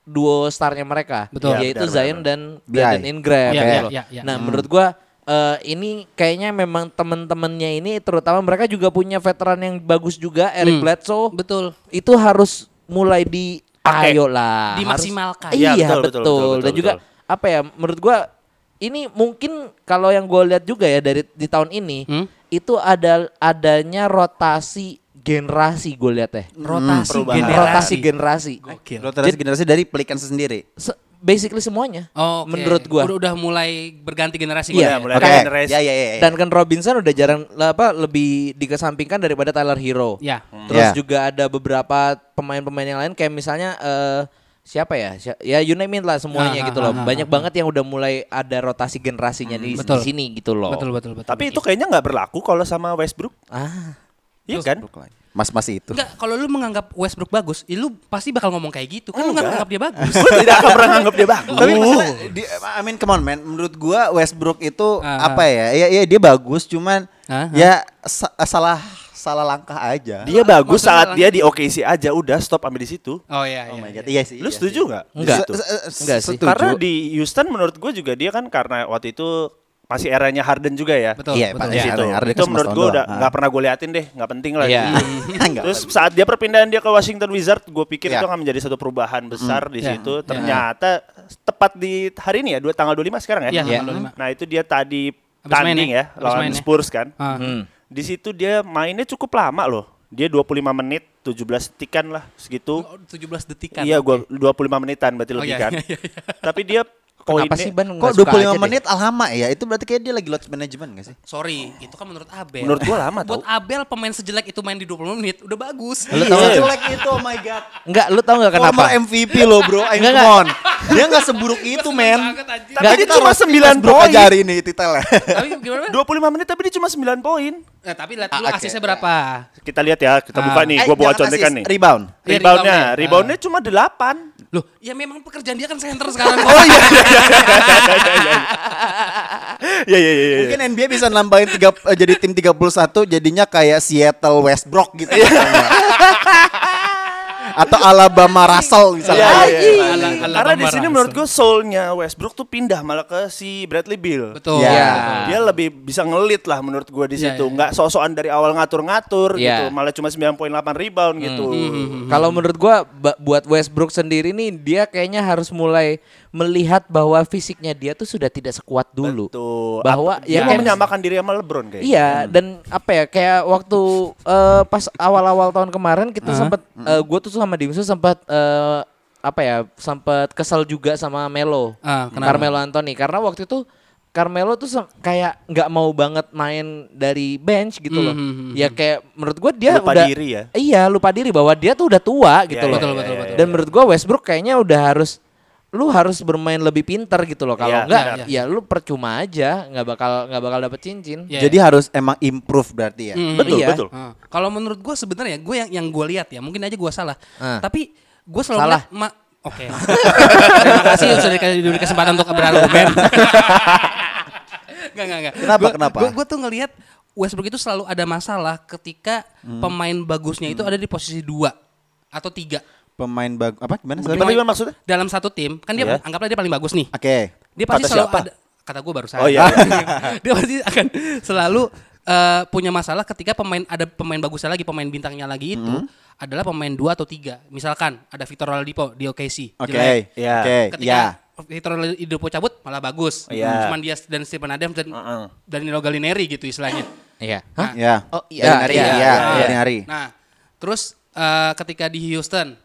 S2: duo starnya mereka
S1: Iya,
S4: Betul.
S2: yaitu
S1: benar,
S2: Zion dan
S3: BI.
S2: Brandon Ingram
S4: Iya,
S2: gitu
S4: iya,
S2: loh.
S4: iya, iya.
S2: Nah,
S4: Hmm.
S2: menurut gua eh, ini kayaknya memang temen-temennya ini terutama mereka juga punya veteran yang bagus juga Eric
S4: Hmm.
S2: Bledsoe
S4: Betul.
S2: itu harus mulai di
S1: Pakai.
S2: ayo lah
S4: Dimaksimalkan.
S2: Harus- iya
S1: Iya,
S2: betul,
S1: betul, betul, betul,
S2: dan
S1: betul,
S2: juga apa ya menurut gua ini mungkin kalau yang gue lihat juga ya dari di tahun ini
S4: Hmm?
S2: itu ada adanya rotasi generasi gue lihat ya
S4: Hmm, Rotasi
S1: perubahan.
S4: generasi.
S2: rotasi generasi
S4: Gokil.
S3: Rotasi generasi dari Pelicans sendiri.
S2: Se- basically semuanya
S4: Oh, Oke.
S2: menurut gua
S4: Udah, udah mulai berganti generasi
S2: Iya,
S1: Iya,
S4: gua
S1: mulai
S2: Oke.
S1: ada generasi.
S3: Ya, ya, ya. ya.
S2: Dan Duncan Robinson udah jarang lah, apa lebih dikesampingkan daripada Tyler Hero.
S4: Ya.
S2: Terus
S3: Ya.
S2: juga ada beberapa pemain-pemain yang lain kayak misalnya eh, siapa ya? Si- Ya you name it lah semuanya
S4: Ah,
S2: gitu
S4: ah,
S2: loh.
S4: ah, ah,
S2: Banyak banget yang udah mulai ada rotasi generasinya di,
S4: Betul.
S2: di sini gitu loh.
S4: Betul betul betul.
S1: Tapi itu kayaknya nggak berlaku kalau sama Westbrook.
S2: Ah,
S1: Iya kan?
S3: Mas-mas itu.
S4: Enggak, kalau lu menganggap Westbrook bagus, ya lu pasti bakal ngomong kayak gitu. Kan lu nggak menganggap dia bagus.
S1: Gue tidak akan pernah nganggap dia bagus.
S3: Tapi maksudnya, di- I mean come on man, menurut gua Westbrook itu
S4: Ah,
S3: apa ya? Ya, ya dia bagus, cuman
S4: Ah, ah.
S3: ya sa- salah salah langkah aja.
S1: Dia bagus
S4: Maksudnya
S1: saat
S4: lang-
S1: dia di OKC aja udah stop ambil di situ.
S4: Oh iya
S3: Oh
S4: iya.
S3: my
S4: iya.
S3: god, iya sih.
S1: Lu
S3: iya
S1: setuju
S3: sih.
S1: nggak? di
S2: Enggak.
S1: situ?
S3: Se- se- se-
S2: Enggak sih.
S3: setuju.
S1: Karena di Houston menurut gue juga dia kan karena waktu itu masih eranya Harden juga ya.
S4: Betul.
S3: Iya,
S4: betul.
S3: Pak, iya.
S1: Di situ.
S3: Harden- Harden
S1: itu
S3: kan
S1: menurut
S3: sembilan
S1: gue
S3: tahun
S1: udah
S3: doang.
S1: nggak pernah gue liatin deh, nggak penting lah.
S2: Iya.
S3: Enggak.
S1: Terus saat dia perpindahan dia ke Washington Wizards, gue pikir
S3: Iya.
S1: itu akan menjadi satu perubahan besar di
S4: Iya.
S1: situ.
S4: Iya.
S1: Ternyata tepat di hari ini ya, dua tanggal 25 sekarang ya.
S4: Iya, tanggal Iya. 25.
S1: Nah, itu dia tadi
S4: Habis main
S1: tanding
S4: ya,
S1: ya,
S4: habis
S1: lawan
S4: main ya.
S1: Spurs kan.
S4: Ah.
S2: hmm.
S1: Di situ dia mainnya cukup lama loh. Dia 25 menit, 17 detikan lah segitu.
S4: Oh, 17 detikan.
S1: Iya, gua 25 menitan berarti
S4: Oh,
S1: lebih
S4: iya,
S1: kan.
S4: iya, iya.
S1: Tapi dia
S2: Kenapa
S1: poinnya
S2: sih Ban
S3: Kok
S2: nggak suka aja
S3: 25
S2: deh?
S3: menit al lama ya? Itu berarti kayak dia lagi load management gak sih?
S4: Sorry, itu kan menurut Abel.
S1: menurut gua lama tau.
S4: Buat Abel pemain sejelek itu main di 20 menit udah bagus.
S2: Lu tahu
S1: Iya.
S3: Jelek itu oh my god.
S2: Enggak, lu tau nggak kenapa?
S3: Former MVP lo bro, I mean,
S2: Enggak,
S3: come on. Dia gak seburuk itu men.
S4: Tapi,
S1: Tapi dia
S3: kita
S1: cuma
S3: harus-
S1: 9
S3: Westbrook
S1: poin.
S3: aja hari ini
S1: *laughs*
S3: titelnya.
S4: tapi gimana? Bel?
S1: 25 menit tapi dia cuma 9 poin.
S4: Nah, tapi lihat dulu
S3: Ah, oke.
S4: asisnya berapa.
S1: Kita lihat ya, kita buka
S4: Ah.
S1: nih,
S3: Eh,
S1: gua bawa
S3: jangan
S1: contekan
S3: assist,
S1: kan nih.
S3: Rebound.
S4: Iya,
S1: Reboundnya,
S4: reboundnya.
S1: reboundnya cuma 8.
S4: Loh, ya memang pekerjaan dia kan center sekarang. Oh iya.
S1: *laughs* Iya iya iya. iya.
S3: Mungkin NBA bisa nambahin tiga, eh, jadi tim 31 jadinya kayak Seattle Westbrook gitu misalnya. *laughs* Atau Alabama
S1: Iya,
S3: Russell misalnya.
S1: iya, iya.
S4: Ala- ala
S1: Karena di
S4: Bambara
S1: sini
S4: langsung.
S1: menurut gue soulnya Westbrook tuh pindah malah ke si Bradley Beal.
S4: Betul.
S3: Iya.
S4: betul.
S1: Dia lebih bisa ngelit lah menurut gue di
S4: Iya,
S1: situ.
S4: iya.
S1: Nggak sok-sokan dari awal ngatur-ngatur
S2: Iya.
S1: gitu, malah cuma 9.8 rebound
S4: Hmm.
S1: gitu.
S2: Kalau menurut gua ba- buat Westbrook sendiri nih dia kayaknya harus mulai melihat bahwa fisiknya dia tuh sudah tidak sekuat dulu.
S1: Betul. kan
S2: Bahwa
S1: Dia
S2: ya
S1: mau
S2: kayak-
S1: menyamakan diri sama LeBron kayaknya.
S2: Iya, dan apa ya kayak waktu eh, pas awal-awal tahun kemarin kita sempat gue tuh sama Dimsu sempat eh, apa ya sempat kesel juga sama Melo,
S4: Ah, kenapa?
S2: Carmelo Anthony karena waktu itu Carmelo tuh se- kayak nggak mau banget main dari bench gitu
S1: Hmm,
S2: loh.
S4: Mhm.
S2: Ya kayak menurut gue dia
S1: Lupa
S2: udah
S1: diri ya.
S2: Iya, lupa diri bahwa dia tuh udah tua gitu
S1: Iya,
S2: loh.
S1: iya,
S4: Betul, betul, betul.
S2: Dan menurut gua Westbrook kayaknya udah harus lu harus bermain lebih pinter gitu loh. Kalau
S1: Iya,
S2: enggak
S4: benar.
S2: ya lu percuma aja, nggak bakal nggak bakal dapet cincin.
S4: Iya.
S3: Jadi harus emang improve berarti ya.
S1: Betul,
S2: Iya.
S1: betul.
S4: Ah, Kalau menurut gue sebenarnya gue yang yang gue lihat ya mungkin aja gue salah.
S2: Ah.
S4: Tapi gue selalu
S2: Salah.
S4: ngeliat ma- Oke. Terima kasih sudah dikasih diberi kesempatan untuk berargumen. Enggak enggak enggak.
S3: Kenapa, kenapa?
S4: Gue tuh ngelihat Westbrook itu selalu ada masalah ketika pemain bagusnya itu ada di posisi dua atau tiga.
S3: Pemain bag apa gimana? Sorry.
S1: Gimana, gimana maksudnya?
S4: Dalam satu tim kan
S1: Iya.
S4: dia anggaplah dia paling bagus nih.
S3: Oke.
S4: Dia
S1: Kata
S4: pasti selalu
S1: siapa?
S4: ada kata gue baru
S1: Oh, iya.
S4: *laughs* dia pasti akan selalu eh, punya masalah ketika pemain ada pemain bagusnya lagi, pemain bintangnya lagi itu
S1: Hmm.
S4: adalah pemain dua atau tiga. Misalkan ada Victor Oladipo di OKC.
S3: Oke.
S4: jelek.
S1: Iya.
S3: Oke.
S4: Ketika
S3: Iya.
S4: Victor Oladipo cabut malah bagus.
S1: Iya.
S4: Cuman dia dan Stephen Adams dan
S1: Heeh.
S4: Danilo Gallinari gitu istilahnya.
S2: Iya.
S4: Hah?
S3: Iya.
S2: Oh, iya,
S3: Dari hari,
S2: iya,
S3: iya.
S2: iya,
S4: Nah,
S3: Dari hari.
S4: Nah, terus eh, ketika di Houston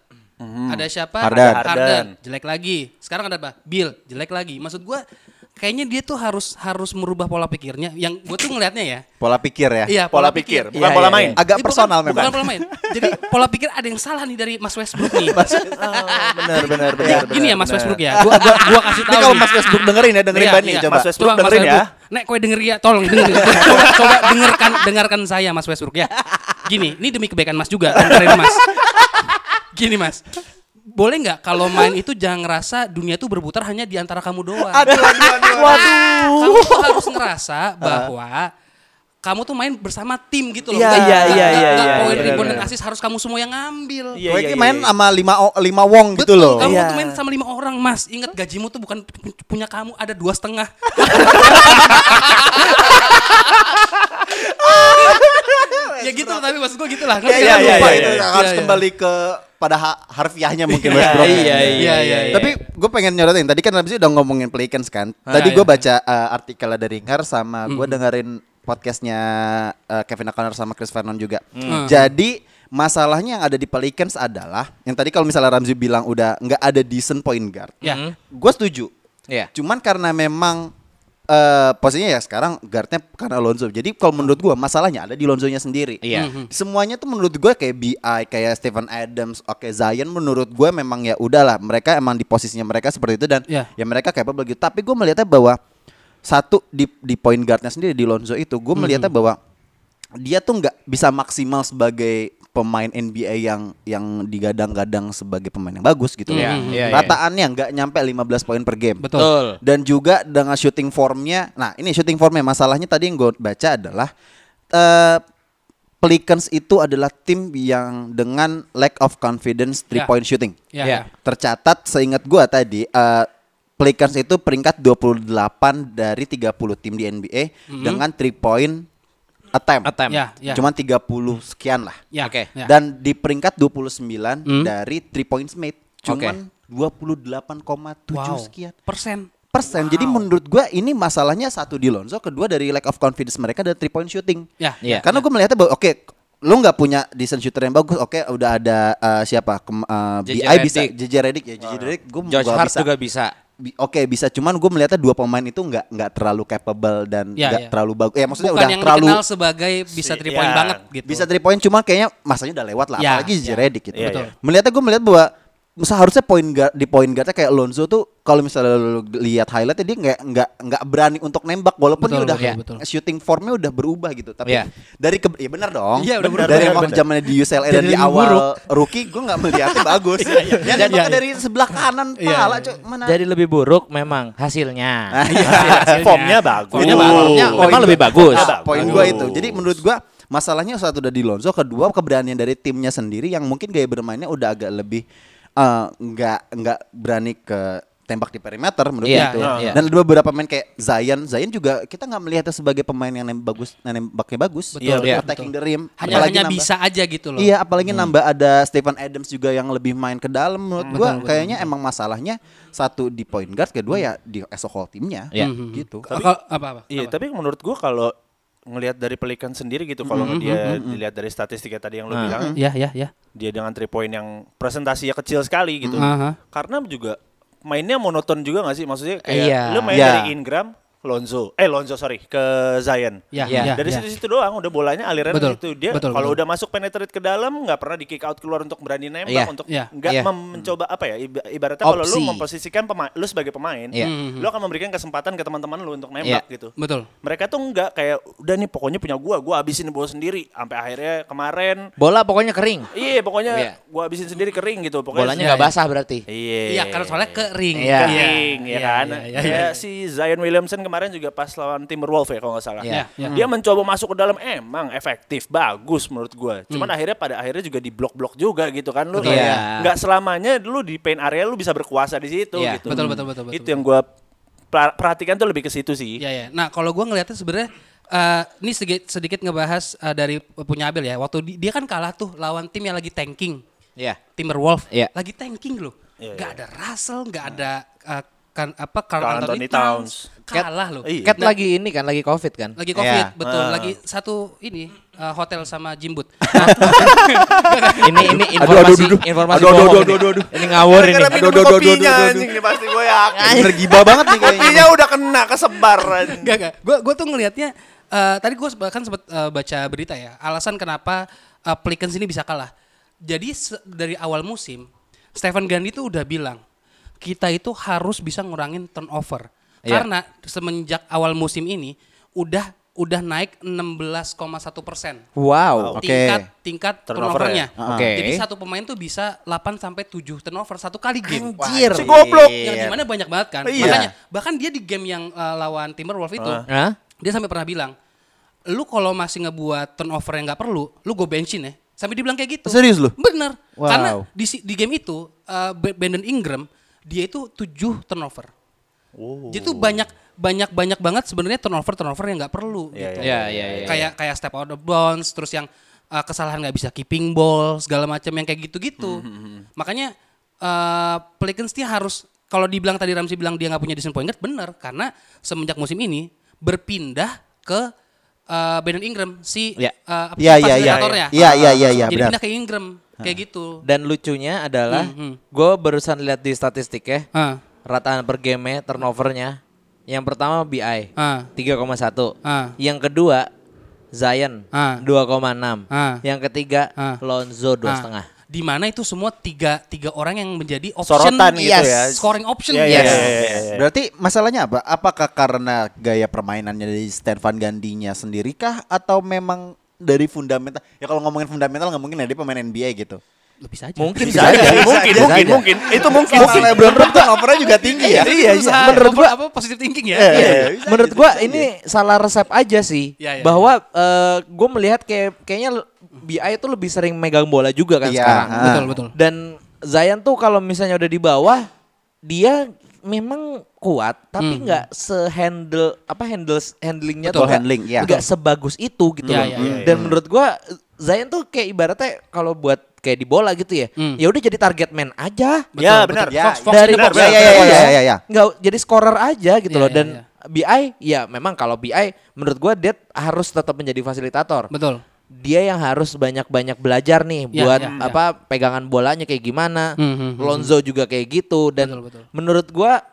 S4: ada siapa?
S3: Harden.
S4: Ada
S1: Harden.
S4: jelek lagi. Sekarang ada apa? Bill, jelek lagi. Maksud gua kayaknya dia tuh harus harus merubah pola pikirnya. Yang gue tuh ngelihatnya ya.
S3: Pola pikir ya.
S4: Iya,
S1: Pola pikir, bukan
S2: Iya,
S1: pola
S2: iya,
S1: main.
S3: iya. Agak
S4: Ih,
S3: personal
S4: bukan,
S3: memang.
S4: Bukan pola main. Jadi pola pikir ada yang salah nih dari Mas Westbrook nih.
S3: Oh, benar benar Iya, benar.
S4: Gini ya Mas
S1: benar.
S4: Westbrook ya. Gua gua, gua kasih
S3: Ini
S4: tahu.
S3: kalau
S4: nih.
S3: Mas Westbrook dengerin ya, dengerin
S4: Iya,
S3: Bani
S4: iya.
S3: coba.
S1: Mas Westbrook
S4: Coba Mas
S1: dengerin *laughs* ya.
S4: Westbrook. Nek kowe denger ya, tolong
S1: *laughs*
S4: denger. coba, coba dengarkan dengarkan saya Mas Westbrook ya. Gini, ini demi kebaikan Mas juga, dan keren Mas. Gini Mas. Boleh nggak kalau main itu jangan ngerasa dunia itu berputar hanya di antara kamu doang. Kamu tuh harus ngerasa bahwa kamu tuh main bersama tim gitu loh.
S1: Ah. Iya, iya,
S4: Nggak-
S1: iya,
S4: nggak- nggak-
S1: iya,
S4: nggak
S1: iya,
S4: Poin
S1: iya,
S4: rebound
S1: benar.
S4: dan assist harus kamu semua yang ngambil.
S1: Iya,
S3: Gue
S1: iya,
S3: main
S1: iya.
S3: sama lima o- lima wong gitu
S4: Betul,
S3: loh.
S4: Kamu
S1: Iya.
S4: tuh main sama lima orang, Mas. Ingat gajimu tuh bukan pu- punya kamu, ada dua
S3: *laughs*
S4: setengah. ya gitu loh, tapi maksud gue gitu lah. Ngerti
S3: Iya,
S4: kan?
S3: iya,
S1: lupa
S3: iya,
S1: itu,
S3: iya. harus kembali ke pada ha- harfiahnya mungkin Westbrook.
S2: iya, iya,
S4: iya, iya.
S3: Tapi gue pengen nyorotin tadi kan habis itu udah ngomongin Pelicans kan. Tadi
S4: iya. Hmm.
S3: gue baca uh, artikelnya dari Ngar sama gue dengerin podcastnya uh, Kevin O'Connor sama Chris Vernon juga.
S4: Hmm.
S3: Jadi masalahnya yang ada di Pelicans adalah yang tadi kalau misalnya Ramzi bilang udah nggak ada decent point guard.
S4: Ya.
S3: Gue setuju.
S2: Iya.
S3: Cuman karena memang eh posisinya ya sekarang guardnya karena Lonzo. Jadi kalau menurut gua masalahnya ada di Lonzonya sendiri.
S2: Iya.
S3: Semuanya tuh menurut gua kayak BI, kayak Stephen Adams, oke Zion menurut gua memang ya udahlah mereka emang di posisinya mereka seperti itu dan
S4: Iya.
S3: ya mereka capable gitu. Tapi gua melihatnya bahwa satu di di point guardnya sendiri di Lonzo itu gua melihatnya bahwa dia tuh nggak bisa maksimal sebagai pemain NBA yang yang digadang-gadang sebagai pemain yang bagus gitu.
S2: Iya,
S3: Rataannya
S2: iya, iya.
S3: nggak nyampe 15 poin per game
S4: Betul.
S2: Betul.
S3: dan juga dengan shooting formnya. Nah, ini shooting formnya masalahnya tadi yang gue baca adalah eh Pelicans itu adalah tim yang dengan lack of confidence three
S4: Ya.
S3: point shooting.
S4: Ya.
S2: Iya.
S3: Tercatat seingat gue tadi eh Pelicans itu peringkat 28 dari 30 tim di NBA dengan three point attempt.
S2: Attempt.
S4: Mm-hmm. Ya, ya.
S3: Cuman 30 sekian lah.
S4: Ya.
S2: Oke.
S4: Ya.
S3: Dan Kan di peringkat 29
S4: Hmm.
S3: dari three points made cuman 28,7
S4: wow.
S3: sekian
S4: Persen.
S3: persen. Jadi menurut gua ini masalahnya satu di Lonzo, kedua dari lack of confidence mereka dari three point shooting.
S4: Ya.
S2: Iya.
S3: Karena gua melihatnya bahwa oke lu nggak punya decent shooter yang bagus, oke udah ada eh, siapa Kem, eh,
S2: JJ
S3: BI bisa,
S2: Redick.
S3: JJ Redick ya, JJ Redick, gua
S2: Josh
S3: gua
S2: Hart
S3: bisa.
S2: juga bisa.
S3: Bi- Oke bisa, cuman gue melihatnya dua pemain itu nggak nggak terlalu capable dan
S4: Ya,
S3: nggak
S4: ya.
S3: terlalu bagus. Ya maksudnya
S4: Bukan
S3: udah
S4: yang
S3: terlalu iya.
S4: dikenal sebagai bisa
S1: Si-
S4: three point
S1: ya.
S4: banget gitu.
S3: bisa three point, cuman kayaknya masanya udah lewat lah.
S4: Ya,
S3: Apalagi JJ
S4: ya.
S3: Redick gitu.
S1: Iya,
S4: Betul.
S1: iya.
S3: Melihatnya gue melihat bahwa seharusnya poin guard di poin guardnya kayak Lonzo tuh kalau misalnya lu lihat highlightnya dia nggak nggak nggak berani untuk nembak walaupun
S4: Betul,
S3: dia udah
S4: betul, betul.
S3: shooting formnya udah berubah gitu tapi
S2: Iya.
S3: dari ke ya benar dong
S4: Iya, udah benar,
S3: dari
S1: benar,
S3: waktu
S1: benar.
S3: zamannya di UCLA dan
S4: Dari
S3: di
S4: yang
S3: awal
S4: buruk.
S3: rookie gue nggak
S4: *laughs*
S3: melihatnya bagus ya nembaknya
S4: iya.
S3: dari sebelah kanan
S4: Iya,
S3: pala
S4: iya.
S3: cuy mana
S2: Jadi lebih buruk memang hasilnya.
S4: Hasilnya.
S1: Iya, Formnya bagus. Iya,
S2: bagus.
S3: Formnya Formnya
S2: Memang
S3: Oh. poin-
S2: lebih bagus.
S3: Nah, Poin gue
S1: Bagus.
S3: itu. Jadi menurut gue masalahnya satu udah di Lonzo, kedua keberanian dari timnya sendiri yang mungkin gaya bermainnya udah agak lebih eh, nggak nggak berani ke tembak di perimeter menurut
S2: Iya,
S3: gue itu. ya.
S2: iya, iya.
S3: Dan ada beberapa pemain kayak Zion, Zion juga kita nggak melihatnya sebagai pemain yang nem- bagus, nembaknya bagus,
S4: Betul,
S2: Iya,
S3: attacking
S4: betul.
S3: the rim,
S4: Hanya hanya
S3: nambah-
S4: bisa aja gitu loh.
S3: Iya, apalagi
S2: Hmm.
S3: nambah ada Stephen Adams juga yang lebih main ke dalam menurut gua kayaknya emang masalahnya satu di point guard, kedua ya di esok whole timnya
S2: Iya.
S3: gitu.
S4: Tapi, apa apa?
S1: Iya,
S4: Apa?
S1: tapi menurut gua kalau ngelihat dari pelikan sendiri gitu kalau dia dilihat dari statistiknya tadi yang lu bilang
S4: Ya, ya, ya.
S1: dia dengan three point yang presentasinya kecil sekali gitu.
S4: Mm-hmm. Aha.
S1: Karena juga mainnya monoton juga gak sih? Maksudnya kayak
S2: Iya.
S1: lu main
S3: Iya.
S1: dari Ingram, Lonzo, eh Lonzo sorry ke Zion.
S4: Ya,
S2: Iya.
S4: ya.
S1: dari
S4: ya.
S1: situ-situ doang udah bolanya aliran
S4: Betul,
S1: itu dia
S4: betul,
S1: kalau
S4: betul.
S1: udah masuk penetrate ke dalam nggak pernah di kick out keluar untuk berani nembak
S2: Iya,
S1: untuk
S4: iya,
S1: nggak
S2: iya.
S1: mem- mencoba apa ya iba- ibaratnya kalau lu
S2: Opsi.
S1: memposisikan pemain lu sebagai pemain
S2: Iya.
S1: lu akan memberikan kesempatan ke teman-teman lu untuk nembak
S2: Iya.
S1: gitu
S4: Betul.
S1: mereka tuh nggak kayak udah nih pokoknya punya gua gua habisin bola sendiri sampai akhirnya kemarin
S2: Bola pokoknya kering.
S1: iya pokoknya
S2: Iya.
S1: gua habisin sendiri kering gitu pokoknya
S2: Bolanya
S4: Iya,
S2: nggak
S4: iya.
S2: basah berarti.
S1: iya
S4: Iya, karena soalnya ke ring.
S2: Iya.
S1: Kering, ya kan?
S4: iya, iya, iya.
S1: Kayak si Zion Williamson kemarin juga pas lawan Timberwolves ya kalau nggak salah.
S2: Iya.
S4: Iya.
S1: Dia mencoba masuk ke dalam emang efektif, bagus menurut gua. Cuman akhirnya pada akhirnya juga di blok-blok juga gitu kan lu
S2: Betul.
S1: kayak
S2: Iya.
S1: nggak selamanya lu di paint area lu bisa berkuasa di situ
S2: Iya,
S1: gitu.
S4: betul, betul, betul, betul,
S1: Itu
S4: betul.
S1: yang gua pra- perhatikan tuh lebih ke situ sih.
S4: Ya ya. Nah kalau gue ngeliatnya sebenarnya eh, ini sedikit sedikit ngebahas eh, dari punya Abel ya. Waktu di- dia kan kalah tuh lawan tim yang lagi tanking,
S2: Iya.
S4: Timberwolves.
S2: Iya.
S4: Lagi tanking loh.
S1: Iya,
S4: gak ada Russell, gak ada eh, kan apa Carl
S1: Karl Anthony
S4: Anthony,
S1: Towns.
S4: Towns. Kalah loh.
S1: Iya.
S2: Cat lagi ini kan lagi covid kan?
S4: Lagi
S2: Iya.
S4: covid betul.
S1: Ah.
S4: Lagi satu ini eh, hotel sama jimbut.
S2: *laughs* ini ini informasi informasi
S3: Aduh, aduh,
S2: bohong
S3: aduh,
S2: ini.
S3: aduh, aduh.
S2: Ini ngawur ini.
S1: Karena minum
S3: Aduh, aduh, aduh,
S1: kopinya
S3: aduh, aduh.
S1: anjing ini pasti gue yakin.
S3: Bener gibah banget nih kayaknya.
S1: Kopinya udah kena kesebar anjing.
S4: Gak gak. Gue gue tuh ngelihatnya eh, tadi gue bahkan sempat eh, baca berita ya. Alasan kenapa eh, Pelicans ini bisa kalah. Jadi se- dari awal musim Stephen Gandhi tuh udah bilang kita itu harus bisa ngurangin turnover.
S2: Iya.
S4: Karena semenjak awal musim ini udah udah naik 16,1 persen
S2: Wow.
S3: Oke.
S4: tingkat tingkat
S1: Turnover
S4: turnovernya.
S1: ya?
S2: Oke.
S4: Jadi satu pemain tuh bisa 8 sampai 7 turnover satu kali game.
S2: Anjir.
S1: Si goblok.
S4: Yang gimana banyak banget kan.
S1: Iya.
S4: Makanya bahkan dia di game yang uh, lawan Timberwolves itu
S2: Hah?
S4: dia sampai pernah bilang, "Lu kalau masih ngebuat turnover yang nggak perlu, lu gue bencin ya." Sampai dibilang kayak gitu.
S3: Serius lu?
S4: Bener.
S2: Wow.
S4: Karena di si- di game itu uh, Ba- Brandon Ingram dia itu 7 turnover. Dia tuh banyak banyak banyak banget sebenarnya turnover turnover yang nggak perlu gitu
S2: Iya iya iya.
S4: kayak kayak step out of bounds terus yang uh, kesalahan nggak bisa keeping ball segala macam yang kayak
S3: Hmm,
S4: gitu-gitu makanya uh, Pelicans dia harus kalau dibilang tadi Ramsey bilang dia nggak punya decision point guard bener karena semenjak musim ini berpindah ke uh, Brandon Ingram si
S2: Ya.
S4: uh, apa sih,
S3: Iya, iya, iya.
S4: fasilitatornya.
S3: Iya, iya, iya, iya,
S4: jadi
S3: benar.
S4: pindah ke Ingram kayak gitu
S2: Dan lucunya adalah
S4: Hmm, hmm.
S2: gue barusan lihat di statistik ya
S4: ah
S2: rataan per game turnovernya. Yang pertama BI
S4: ah
S2: 3,1.
S4: ah
S2: Yang kedua Zion
S4: Ah.
S2: 2,6.
S4: Ah.
S2: Yang ketiga
S4: Ah.
S2: Lonzo 2,5.
S4: ah. di mana itu semua tiga tiga orang yang menjadi option
S1: Sorotan gitu
S3: Yes.
S1: ya.
S4: scoring option
S1: Iya, iya,
S2: Yes.
S1: iya, iya, iya.
S3: Berarti masalahnya apa? Apakah karena gaya permainannya dari Stefan Gandinya sendirikah atau memang dari fundamental? Ya kalau ngomongin fundamental nggak mungkin ada pemain NBA gitu.
S4: lebih saja
S2: Mungkin
S3: Bisa
S2: saja.
S3: aja.
S1: mungkin,
S3: Bisa
S1: mungkin,
S3: aja.
S1: mungkin. Itu mungkin.
S3: Mungkin LeBron James turnovernya juga tinggi
S2: *laughs*
S3: ya.
S4: Iya, iya.
S2: Menurut gua-
S4: apa positif thinking ya.
S3: Iya,
S2: Iya.
S3: iya, bisa aja,
S2: Menurut
S3: bisa
S2: gua
S3: aja.
S2: ini salah resep aja sih.
S4: Iya, iya,
S2: bahwa eh, gua melihat kayak kayaknya l- BI itu lebih sering megang bola juga kan
S3: Iya.
S2: sekarang.
S3: Ah.
S4: Betul, betul.
S2: Dan Zayan tuh kalau misalnya udah di bawah, dia memang kuat, tapi
S4: Hmm.
S2: nggak sehandle apa handle handlingnya
S3: Betul,
S2: tuh nggak-
S3: handling, iya.
S2: nggak sebagus itu gitu
S4: Iya,
S2: loh.
S4: iya, iya,
S2: Dan menurut gua Zayan tuh kayak ibaratnya kalau buat kayak di bola gitu ya,
S4: Hmm.
S2: ya udah jadi target man aja.
S1: Ya, benar.
S3: Ya,
S4: Fox, Fox iya,
S2: Dan-
S4: in the box.
S1: Benar,
S3: Ya, ya, ya, ya, ya, ya.
S2: nggak jadi scorer aja gitu
S4: Iya,
S2: loh
S4: iya,
S2: dan
S4: iya.
S2: BI ya memang kalau BI menurut gua dia harus tetap menjadi fasilitator.
S4: Betul.
S2: Dia yang harus banyak-banyak belajar nih
S4: Iya,
S2: buat
S4: iya, iya.
S2: apa pegangan bolanya kayak gimana.
S4: Hmm, hmm, hmm,
S2: Lonzo juga kayak gitu dan
S4: Betul, betul.
S2: menurut gua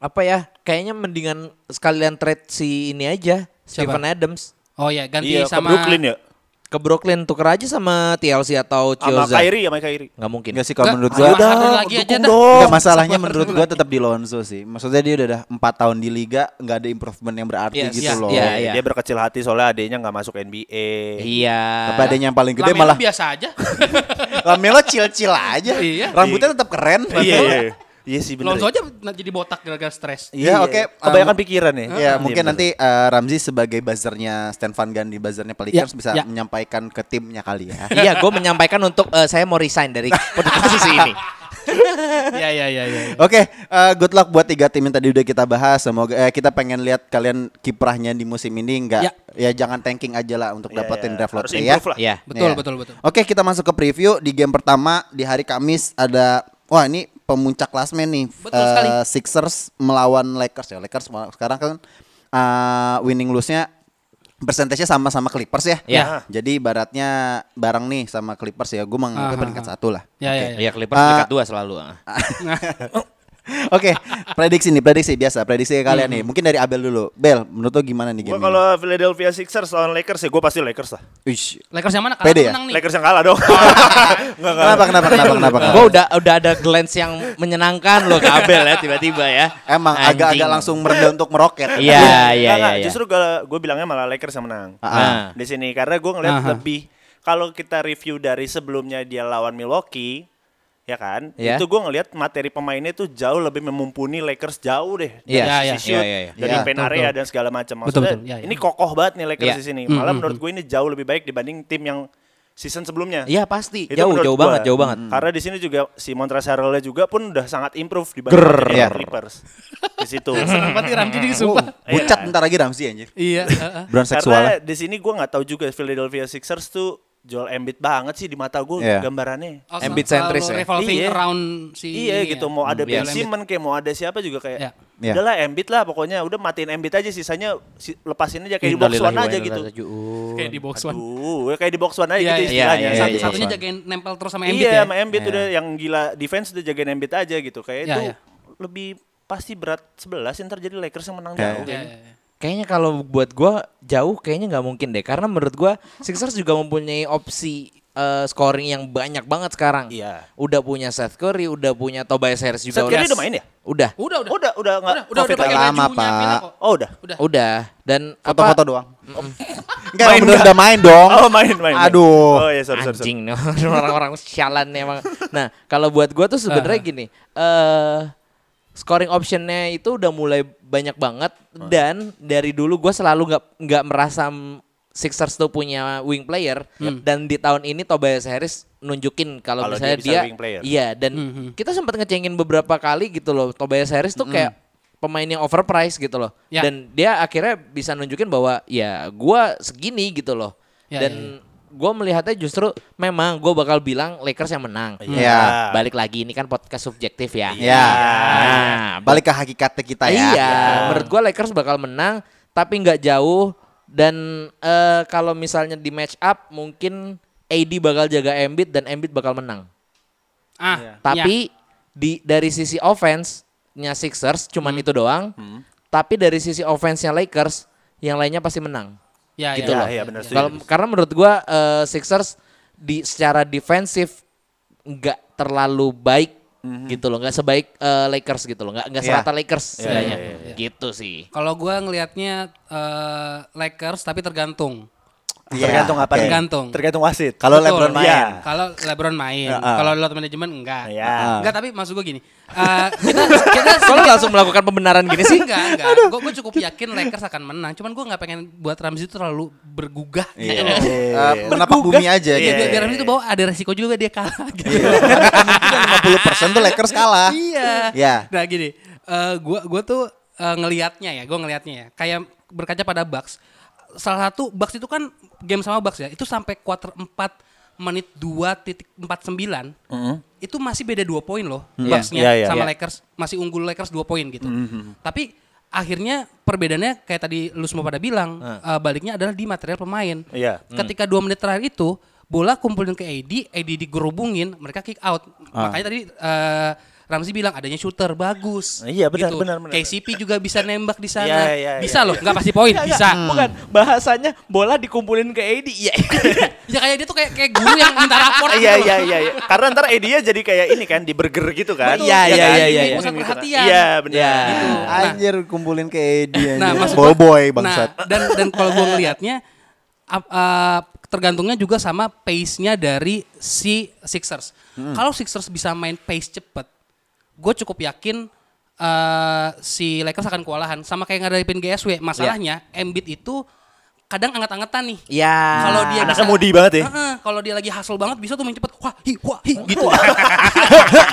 S2: apa ya kayaknya mendingan sekalian trade si ini aja
S4: Siapa?
S2: Stephen Adams
S4: Oh ya, ganti
S1: Iya, ke
S4: sama
S1: Brooklyn ya.
S2: ke Brooklyn tuker aja sama TLC atau
S1: Sama
S2: Chioza.
S1: Kyrie ya, sama Kyrie.
S2: Nggak mungkin.
S3: Enggak sih kalau
S4: Nggak,
S3: menurut
S4: ayo,
S3: gua
S4: udah, lagi aja
S3: dukung
S4: dah.
S3: dong. Nggak, masalahnya
S4: Sabar
S3: menurut
S4: dulu
S3: gua
S4: lagi.
S3: tetap di Lonzo sih. Maksudnya dia udah 4 tahun di liga nggak ada improvement yang berarti
S2: Yes,
S3: gitu
S2: yes,
S3: loh.
S2: iya,
S1: Eh,
S2: iya.
S1: Dia berkecil hati soalnya adeknya nggak masuk NBA.
S2: Iya.
S3: Tapi adanya yang paling gede
S4: Lamelo
S3: malah
S4: biasa aja.
S3: Lamelo chill-chill aja.
S4: Iya.
S3: Rambutnya tetap keren.
S1: Iya sih benar.
S4: Lonzo aja na- jadi botak gara-gara stres.
S3: Iya, oke.
S1: Kebanyakan
S3: Um,
S1: pikiran ya.
S3: Ya, mungkin nanti eh, Ramzi sebagai buzzernya Stan Van Gundy, buzzernya Pelicans
S4: Ya,
S3: bisa
S4: ya.
S3: menyampaikan ke timnya kali ya. *laughs*
S2: iya, gue menyampaikan untuk eh, saya mau resign dari
S1: *laughs*
S2: podcast ini.
S4: Iya, iya, iya, iya.
S3: Oke, eh, good luck buat tiga tim yang tadi udah kita bahas. Semoga eh, kita pengen lihat kalian kiprahnya di musim ini enggak ya jangan tanking aja lah untuk
S1: Iya,
S3: dapetin
S1: iya.
S3: draft
S1: Harus
S3: lotnya ya.
S1: improve lah.
S2: Iya.
S4: Betul,
S3: Iya.
S4: betul, betul.
S3: Oke, kita masuk ke preview di game pertama di hari Kamis ada wah ini pemuncak klasmen nih.
S4: Betul
S3: Eh,
S4: sekali.
S3: Sixers melawan Lakers ya. Lakers mal- sekarang kan eh, winning lose-nya persentasenya sama-sama Clippers ya.
S2: Iya.
S3: Jadi baratnya bareng nih sama Clippers ya. Gue menganggapnya
S4: Aha.
S3: peringkat satu lah. *laughs*
S4: Iya, iya, Nah, iya.
S2: Iya, Clippers
S3: Ah.
S2: peringkat dua selalu. ah.
S3: Oke, prediksi nih, prediksi biasa, prediksi kalian
S4: Hmm.
S3: nih. Mungkin dari Abel dulu. Bel, menurut lo gimana nih game
S1: Gue kalau Philadelphia Sixers lawan Lakers ya gue pasti Lakers lah.
S3: ini? Uish.
S4: Lakers yang mana? Kalah
S3: Pede
S4: atau
S3: ya?
S4: menang nih.
S1: Lakers yang kalah
S4: *laughs*
S1: dong. Nggak, nggak.
S3: Kenapa, kenapa, kenapa, kenapa? kenapa?
S2: Gue udah udah ada glance yang menyenangkan loh ke Abel ya tiba-tiba ya.
S3: Emang
S2: Anjing.
S3: agak-agak langsung merendah untuk meroket.
S2: Iya,
S1: Nggak,
S2: iya, iya.
S1: nggak.
S2: iya.
S1: Justru gue bilangnya malah Lakers yang menang. Nah,
S2: Ah.
S1: Di sini karena gue ngeliat
S4: Aha.
S1: lebih kalau kita review dari sebelumnya dia lawan Milwaukee ya kan?
S2: Iya.
S1: Itu gue ngelihat materi pemainnya tuh jauh lebih memumpuni Lakers jauh deh dari
S2: Iya,
S1: sisi
S2: iya,
S1: shoot,
S2: iya, iya.
S1: dari
S3: Iya,
S1: pen
S4: betul,
S1: area
S4: betul.
S1: dan segala macam.
S4: Betul,
S1: Maksudnya
S4: betul. Iya, iya.
S1: ini kokoh banget nih Lakers
S2: Iya.
S1: di sini. Malah menurut gue ini jauh lebih baik dibanding tim yang season sebelumnya.
S2: Iya pasti.
S1: Itu
S2: jauh
S1: menurut gua.
S2: jauh
S1: Mm.
S2: banget, jauh banget.
S1: Karena di sini juga si Montrezl juga pun udah sangat improve dibanding
S2: Grrr,
S1: dengan
S2: iya.
S1: Clippers. Di situ.
S2: *laughs*
S4: Senang banget nih Ramji nih, sumpah.
S3: Pucat bentar lagi Ramzi anjir.
S4: Iya. heeh.
S3: Brown
S1: Karena
S3: seksual.
S1: di sini gue nggak tahu juga Philadelphia Sixers tuh Joel Embiid banget sih di mata gue
S3: Iya.
S1: gambarannya.
S4: Oh,
S2: Embiid
S4: selalu
S2: sentris ya?
S4: Revolving
S1: Iya.
S4: around si
S1: Iya
S4: ini
S1: gitu
S4: ya.
S1: mau ada
S2: Iya.
S1: Ben Simmons kayak mau ada siapa juga
S4: Iya.
S1: kayak
S3: Iya.
S1: udahlah Embiid lah pokoknya udah matiin Embiid aja sisanya si- lepasin aja kayak di box
S2: Innalillahi
S1: one
S2: wa
S1: aja
S2: inna
S1: gitu.
S2: ilaihi raji'un.
S4: kayak di box one.
S1: Aduh, kayak di box one aja
S4: Iya,
S1: gitu
S4: iya,
S1: istilahnya.
S2: iya,
S1: Satu-
S2: iya.
S4: Satu-satunya
S2: Box one.
S4: jagain nempel terus sama Embiid
S1: Iya,
S4: ya.
S1: sama Embiid
S2: Iya.
S1: udah yang gila defense udah jagain Embiid aja gitu. Kayak
S4: Iya,
S1: itu
S4: iya.
S1: lebih pasti berat 11 yang terjadi Lakers yang menang
S3: Iya,
S1: jauh.
S4: Iya,
S1: kayaknya.
S4: iya, iya.
S2: Kayaknya kalau buat gua jauh kayaknya nggak mungkin deh karena menurut gua Sixers juga mempunyai opsi eh, scoring yang banyak banget sekarang.
S1: Iya.
S2: Udah punya Seth Curry, udah punya Tobias Harris juga.
S1: Seth Curry
S2: udah-
S1: udah main ya?
S2: Udah.
S4: Udah, udah.
S1: Udah, udah nggak
S4: Udah, udah,
S1: COVID
S4: udah pakai
S3: lagi. Lama,
S4: bajunya
S3: Pak.
S4: Villa kok.
S1: Oh, udah.
S4: Udah.
S2: Udah. Dan
S3: Foto-foto
S2: apa?
S3: doang. Enggak,
S1: Main
S3: bener
S1: nggak?
S3: udah main dong.
S1: Oh, main main. main.
S3: Aduh.
S1: Oh, iya, sorry, sorry, sorry.
S2: anjing *laughs* nih orang-orang sialan nih emang. Nah, kalau buat gua tuh sebenarnya gini, eh scoring optionnya itu udah mulai banyak banget
S1: Ah.
S2: dan dari dulu gua selalu nggak nggak merasa m- Sixers tuh punya wing player dan di tahun ini Tobias Harris nunjukin kalau
S1: Kalau dia
S2: misalnya
S1: bisa
S2: dia,
S1: wing player.
S2: iya dan kita sempat ngecengin beberapa kali gitu loh Tobias Harris tuh kayak pemain yang overpriced gitu loh
S4: Ya.
S2: dan dia akhirnya bisa nunjukin bahwa ya gua segini gitu loh
S4: Ya,
S2: dan
S4: ya, ya.
S2: gue melihatnya justru memang gue bakal bilang Lakers yang menang. Ya,
S3: Iya.
S2: Balik lagi ini kan podcast subjektif ya.
S3: Iya.
S2: Nah,
S3: Balik ke hakikatnya kita ya.
S2: Iya, menurut gue Lakers bakal menang tapi nggak jauh dan eh, kalau misalnya di match up mungkin AD bakal jaga Embiid dan Embiid bakal menang.
S4: Ah, iya.
S2: Tapi di dari sisi offense-nya Sixers cuman
S4: Hmm.
S2: itu doang.
S3: Hmm.
S2: Tapi dari sisi offense-nya Lakers yang lainnya pasti menang.
S4: Iya, iya,
S2: gitu
S4: iya,
S2: loh.
S4: iya,
S1: Iya, benar
S4: iya.
S1: sih.
S2: Kalau karena menurut gua eh, Sixers di secara defensif nggak terlalu baik gitu loh, nggak sebaik eh, Lakers gitu loh, nggak nggak
S3: Mhm. Iya.
S2: serata Lakers setidaknya.
S1: iya,
S2: gitu sih.
S4: Kalau gua ngelihatnya eh, Lakers tapi tergantung.
S3: Iya,
S1: Tergantung apa?
S3: oke.
S1: nih?
S4: Tergantung.
S1: Tergantung wasit.
S3: Kalau
S4: Betul.
S3: LeBron main.
S1: Iya.
S4: Kalau LeBron main.
S1: Heeh.
S4: Kalau load management enggak.
S1: Iya.
S4: Enggak, tapi maksud gua gini. Eh, kita *laughs* kita
S2: *laughs* Kalau langsung melakukan pembenaran gini sih.
S4: enggak, enggak. Gue cukup yakin Lakers akan menang. Cuman gua nggak pengen buat Ramzi itu terlalu bergugah. gitu.
S3: Eh, menapak
S4: Bergugah.
S3: bumi aja
S4: Iya,
S3: gitu.
S4: biar- Biar Ramzi itu bahwa ada resiko juga dia kalah *laughs* gitu.
S3: Kemungkinan 50% tuh Iya. kan Lakers kalah.
S1: *laughs*
S4: Iya.
S3: Ya.
S4: Nah gini, eh, gua gua tuh eh, ngelihatnya ya, gua ngelihatnya ya, kayak berkaca pada Bucks. Salah satu Bucks itu kan game sama Bucks ya, itu sampai quarter 4 menit 2.49 itu masih beda 2 poin loh
S1: Mm-hmm.
S4: Bucksnya
S1: Iya, iya,
S4: sama
S1: iya.
S4: Lakers, masih unggul Lakers 2 poin gitu.
S1: Hmm,
S4: Tapi akhirnya perbedaannya kayak tadi lu semua pada bilang, eh, baliknya adalah di material pemain.
S1: Hmm. Iya.
S4: Ketika dua menit terakhir itu bola kumpulin ke AD, AD digerubungin, mereka kick out.
S1: Ah.
S4: Makanya tadi eh, Ramzi bilang adanya shooter bagus. Gitu.
S1: Iya, benar, benar, benar.
S4: KCP juga bisa nembak di
S1: Iya,
S4: sana.
S1: iya,
S4: bisa
S1: iya,
S4: loh, nggak pasti poin, bisa.
S2: Bukan bahasanya bola dikumpulin ke AD.
S1: *laughs*
S2: Iya.
S4: Ya kayak dia tuh kayak kayak guru yang minta rapor. gitu
S1: Iya iya iya iya. Karena ntar idea jadi kayak ini kan di burger gitu kan.
S2: Betul. Iya, iya,
S1: kan?
S2: iya, iya,
S1: Ini
S2: iya.
S1: pusat
S4: Gitu kan.
S1: perhatian.
S4: Iya.
S1: Iya benar.
S2: Iya.
S3: Anjir kumpulin ke Edi
S4: Nah,
S3: anjir.
S4: maksud gua-
S3: Boboy bangsat.
S4: Nah, dan dan kalau gue ngelihatnya ap- eh, tergantungnya juga sama pace-nya dari si Sixers.
S1: Hmm.
S4: Kalau Sixers bisa main pace cepet, gue cukup yakin eh, si Lakers akan kewalahan. Sama kayak ngadepin
S1: Iya.
S4: GSW. Masalahnya Embiid itu kadang anget-angetan nih.
S2: Ya.
S4: Kalau dia
S1: Iya. Anaknya
S4: bisa
S1: moody banget ya.
S4: Heeh, kalau dia lagi hustle banget bisa tuh main cepet. Wah, hi, wah, hi gitu.
S1: *laughs*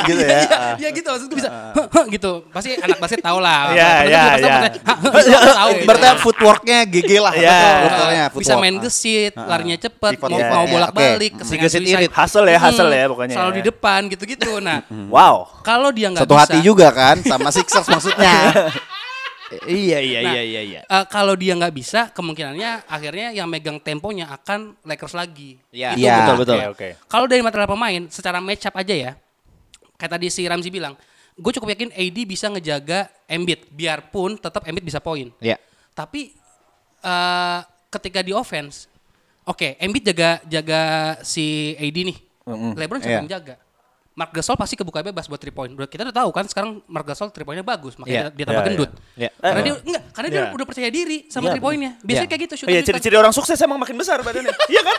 S3: gitu ya.
S4: Iya, iya gitu maksud gue bisa. "Hah, hah," gitu. Pasti anak basket tau lah.
S1: Iya,
S4: Pasti
S1: iya,
S4: pasti
S1: iya.
S4: pasti, "Hah, hah," gitu, pasti tahu gitu.
S3: Iya. Berarti footworknya GG
S1: Iya.
S3: lah. betul,
S4: Eh,
S3: Footworknya
S4: bisa
S3: footwork.
S4: main
S3: Ah.
S4: gesit, larinya cepet, mau,
S3: Iya,
S4: mau
S3: iya,
S4: bolak-balik,
S3: oke.
S4: keseringan
S2: Gesit
S4: suicide.
S2: irit.
S1: Hustle ya, hustle
S4: Hmm,
S1: ya pokoknya
S4: Selalu
S1: ya. Hmm.
S4: di depan gitu-gitu. Nah,
S1: Wow.
S4: kalau dia nggak
S3: Satu
S4: bisa,
S3: hati juga kan sama Sixers
S4: *laughs*
S3: maksudnya.
S2: Iya iya
S4: Nah,
S2: iya iya iya.
S4: eh, kalau dia nggak bisa, kemungkinannya akhirnya yang megang temponya akan Lakers lagi.
S2: Iya.
S4: Itu
S3: Iya.
S4: betul.
S1: Betul betul.
S2: Oke,
S1: Oke.
S4: Kalau dari material pemain, secara match up aja ya, kayak tadi si Ramzi bilang, gue cukup yakin AD bisa ngejaga Embiid, biarpun tetap Embiid bisa poin.
S2: Iya.
S4: Tapi eh, ketika di offense, oke, Embiid jaga jaga si AD nih. LeBron siapa
S3: Iya.
S4: yang jaga? Mark Gasol pasti kebuka bebas buat 3 point. Udah- Kita udah tahu kan sekarang Mark Gasol 3 pointnya bagus,
S2: Iya.
S4: makanya dia tambah
S1: Iya,
S4: gendut.
S2: iya. Iya.
S4: Karena
S1: Eh,
S4: dia enggak, karena dia
S1: Iya.
S4: udah percaya diri sama 3 pointnya. Biasanya
S2: Iya.
S4: kayak gitu
S1: Oh iya,
S4: shooter-shooter.
S2: *laughs*
S1: ciri-ciri orang sukses emang makin besar badannya. Iya kan?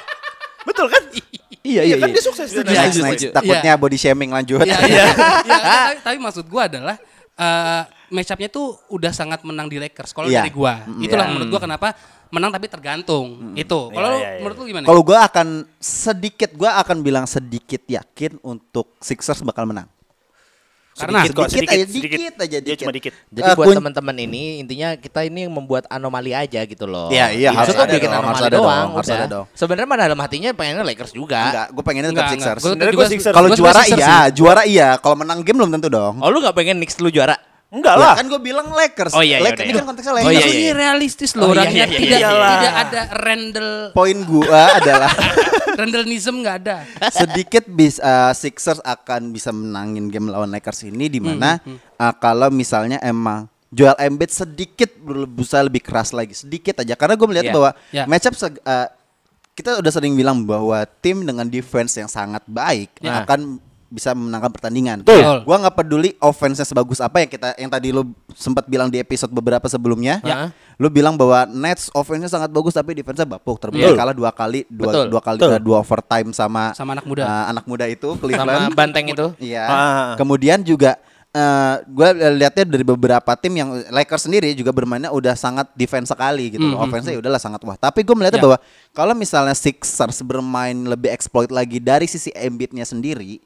S1: Betul kan?
S2: Iya, iya,
S1: Iya kan
S2: iya.
S1: dia sukses. di
S3: Next,
S1: United.
S3: next. Takutnya body shaming lanjut. *laughs*
S4: Iya, iya. Iya, tapi, tapi maksud gua adalah eh match-up-nya tuh udah sangat menang di Lakers kalau
S3: Iya.
S4: dari gua. Itulah menurut gua kenapa menang tapi tergantung. Itu.
S1: Iya,
S4: Kalau lu-
S1: iya, iya.
S4: menurut lu gimana?
S3: Kalau gue akan sedikit, gue akan bilang sedikit yakin untuk Sixers bakal menang.
S4: Karena
S1: Sedikit kok,
S3: sedikit, aja, dikit,
S1: sedikit.
S3: aja,
S1: Dia cuma dikit.
S2: Jadi
S3: Eh,
S2: buat
S3: kun-
S2: teman-teman ini intinya kita ini membuat anomali aja gitu loh.
S3: Iya, iya,
S2: Kita
S3: harus
S2: tuh
S3: ada
S2: bikin
S3: dong,
S2: anomali
S3: harus ada
S2: doang.
S3: dong, harus
S2: udah.
S3: ada dong.
S2: Sebenarnya mana dalam hatinya pengennya Lakers juga.
S3: enggak, gue pengennya tetap
S4: Enggak, enggak.
S3: Sixers.
S4: Gua-
S1: Sebenarnya
S4: juga
S1: gue Sixers.
S3: Kalau
S4: gua
S3: juara
S4: Sixers
S3: iya, juara iya. Kalau menang game belum tentu dong.
S2: Oh lu gak pengen Knicks lu juara?
S1: Enggak
S3: Ya
S1: lah.
S3: kan gue bilang Lakers.
S2: Oh, iya, iya, udah,
S3: Lakers ini
S2: iya.
S3: kan konteksnya
S2: Oh,
S3: Lakers.
S2: iya,
S4: Lu
S2: iya.
S4: ini realistis loh
S2: Oh, iya,
S4: orangnya.
S2: iya, iya,
S4: tidak,
S1: iyalah.
S4: tidak ada rendel
S3: Poin gue adalah
S4: rendelnism nggak ada.
S3: *laughs* sedikit bis eh, Sixers akan bisa menangin game lawan Lakers ini di mana eh, kalau misalnya emang Joel Embiid sedikit ber- berusaha lebih keras lagi sedikit aja karena gue melihat
S2: Iya.
S3: bahwa
S4: Iya.
S3: matchup seg- eh, kita udah sering bilang bahwa tim dengan defense yang sangat baik
S2: Iya.
S3: akan bisa menangkan pertandingan. Nah,
S4: Betul.
S3: Gua nggak peduli offense-nya sebagus apa yang kita yang tadi lu sempat bilang di episode beberapa sebelumnya.
S2: Ya.
S3: Lu bilang bahwa Nets offense-nya sangat bagus tapi defense-nya bapuk. Terbukti
S1: Betul.
S3: kalah dua kali dua
S2: Betul.
S3: dua kali
S1: Betul.
S3: eh, dua overtime sama
S4: Sama anak muda.
S3: eh, anak muda itu
S2: Sama
S3: Cleveland.
S2: banteng itu.
S3: Iya.
S1: Ah.
S3: Kemudian juga gue lihatnya dari beberapa tim yang Lakers sendiri juga bermainnya udah sangat defense sekali gitu. loh. Offense-nya udahlah sangat wah. Tapi gue melihatnya
S4: Hmm, Ya.
S3: bahwa kalau misalnya Sixers bermain lebih exploit lagi dari sisi Embiid-nya sendiri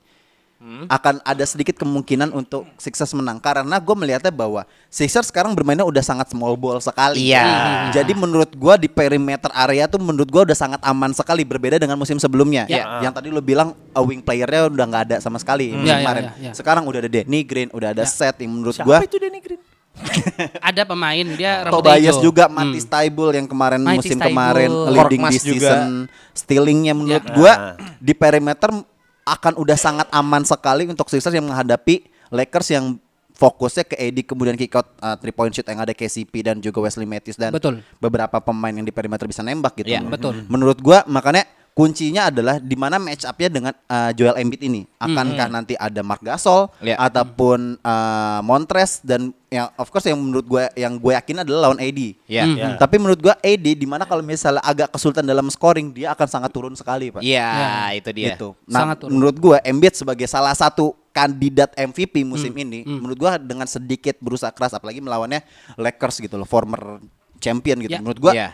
S1: Hmm.
S3: akan ada sedikit kemungkinan untuk Sixers menang karena gue melihatnya bahwa Sixers sekarang bermainnya udah sangat small ball sekali.
S2: Iya.
S3: Hmm. Jadi menurut gue di perimeter area tuh menurut gue udah sangat aman sekali berbeda dengan musim sebelumnya.
S2: Iya.
S3: Yang tadi lo bilang uh, wing playernya udah nggak ada sama sekali musim
S4: Iya, iya,
S3: kemarin.
S4: iya, Ya. iya.
S3: Sekarang udah ada Danny Green, udah ada Set yang menurut
S1: Siapa
S3: gue
S1: itu Danny Green?
S4: Ada pemain dia rambutnya
S3: Tobias
S4: hijau.
S3: juga Matisse Tybul yang kemarin
S4: Hmm. Matisse
S3: musim
S4: Tybul.
S3: kemarin leading
S2: Korkmaz
S3: di
S2: juga.
S3: season stealingnya menurut
S1: Ya.
S3: gua
S1: Nah.
S3: di perimeter akan udah sangat aman sekali untuk Sixers yang menghadapi Lakers yang fokusnya ke AD kemudian kick out uh, three point shoot yang ada KCP dan juga Wesley Matthews dan
S4: Betul. Ya,
S3: beberapa pemain yang di perimeter bisa nembak gitu.
S2: Iya,
S4: betul.
S3: Menurut gua makanya kuncinya adalah di mana match up-nya dengan uh, Joel Embiid ini. Akankah nanti ada Mark Gasol
S2: Iya.
S3: ataupun uh, Montres dan yang of course yang menurut gue yang gue yakin adalah lawan AD.
S2: Iya.
S3: Hmm.
S1: Iya.
S3: Tapi menurut gue AD di mana kalau misalnya agak kesulitan dalam scoring dia akan sangat turun sekali, Pak.
S2: Iya, itu dia.
S3: Gitu. Nah,
S4: Sangat turun.
S3: menurut gue Embiid sebagai salah satu kandidat MVP musim ini, menurut gue dengan sedikit berusaha keras apalagi melawannya Lakers gitu loh, former champion gitu.
S4: Iya.
S3: Menurut gue
S2: Iya.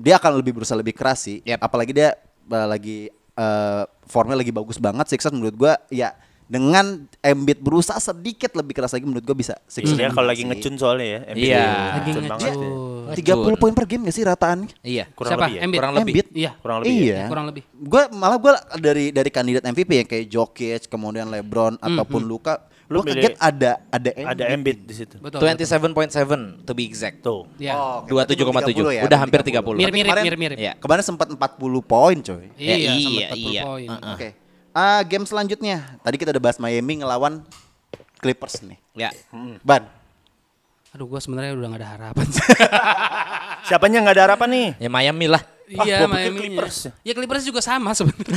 S3: dia akan lebih berusaha lebih keras sih.
S2: Yap.
S3: Apalagi dia uh, lagi uh, formnya lagi bagus banget Sixers menurut gua ya dengan Embiid berusaha sedikit lebih keras lagi menurut gua bisa Sixers.
S1: Dia Iya, kalau lagi
S3: menang sih.
S1: ngecun soalnya ya. MVP.
S2: Iya.
S4: Lagi
S1: Ngecun banget
S4: ngecut.
S1: ya.
S3: 30 poin per game gak sih rataannya?
S2: Iya.
S1: Kurang
S4: Siapa?
S1: lebih ya?
S4: Embiid.
S2: Kurang
S3: lebih.
S4: Iya.
S1: Kurang lebih.
S3: Iya.
S4: ya? Kurang lebih.
S3: Gue malah gue dari dari kandidat MVP yang ya, kayak Jokic, kemudian LeBron
S4: Mm-hmm.
S3: ataupun Luka,
S1: Lu
S3: lu kaget
S1: milih-
S3: ada ada
S1: ya.
S3: Embiid.
S1: Ada Embiid di situ.
S4: Betul. betul.
S2: 27.7 to be exact.
S1: Tuh.
S4: Iya.
S3: Oh, oke, berarti belum 30 ya,
S2: 27,7. Udah hampir 30.
S3: Tapi
S4: Mirip-mirip,
S3: kemarin-
S4: mirip-mirip.
S2: Iya.
S3: Kemarin sempat 40 poin, coy.
S2: Ya,
S4: Iya, sama
S2: iya,
S4: 40
S2: iya.
S4: poin.
S2: Heeh.
S3: Oke. Ah, game selanjutnya. Tadi kita udah bahas Miami ngelawan Clippers nih.
S2: Ya.
S1: Hmm.
S3: Ban.
S4: Aduh, gua sebenarnya udah gak ada harapan sih.
S1: Siapanya nggak ada harapan nih?
S2: Ya Miami lah.
S1: gua
S4: Iya,
S1: pikir
S4: Miami.
S1: Clippers.
S4: Ya Clippers juga sama sebenarnya.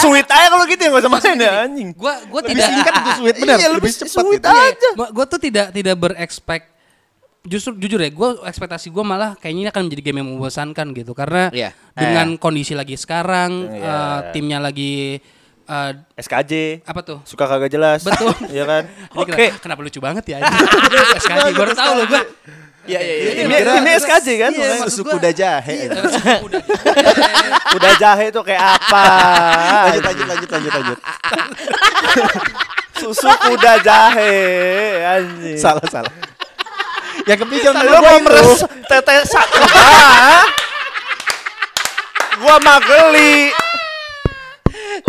S1: Sweet aja kalau gitu ya nggak usah main ya anjing.
S4: Gua gua
S3: Lebih
S4: tidak
S3: singkat itu sweet benar.
S1: Iya, lebih
S3: lebih cepat
S1: sweet
S3: gitu.
S1: aja.
S4: gue tuh tidak tidak berekspek justru jujur ya gue ekspektasi gue malah kayaknya ini akan menjadi game yang membosankan gitu karena
S2: Iya.
S4: dengan kondisi lagi sekarang
S1: Iya.
S4: eh, timnya lagi eh,
S1: SKJ.
S4: apa tuh
S1: Suka kagak jelas.
S4: Betul.
S1: *laughs* Iya kan?
S4: Ini
S2: Oke.
S4: kenapa, kenapa lucu banget ya *laughs* ini? SKJ gue baru tahu loh gue
S2: Iya, iya, iya.
S1: Ini, ini SKJ kan?
S4: Iya, maksud
S3: Susu
S4: gua-
S3: kuda jahe.
S4: Iya, *laughs*
S3: aja.
S4: susu kuda jahe.
S1: Udah jahe tuh kayak apa?
S3: Ah, Lanjut lanjut lanjut lanjut lanjut.
S1: Susu kuda jahe anjing.
S3: salah salah. Yang kepikiran
S1: Lu
S3: gua
S1: mau
S3: itu.
S1: meres tete satu Ah. Gua mah geli.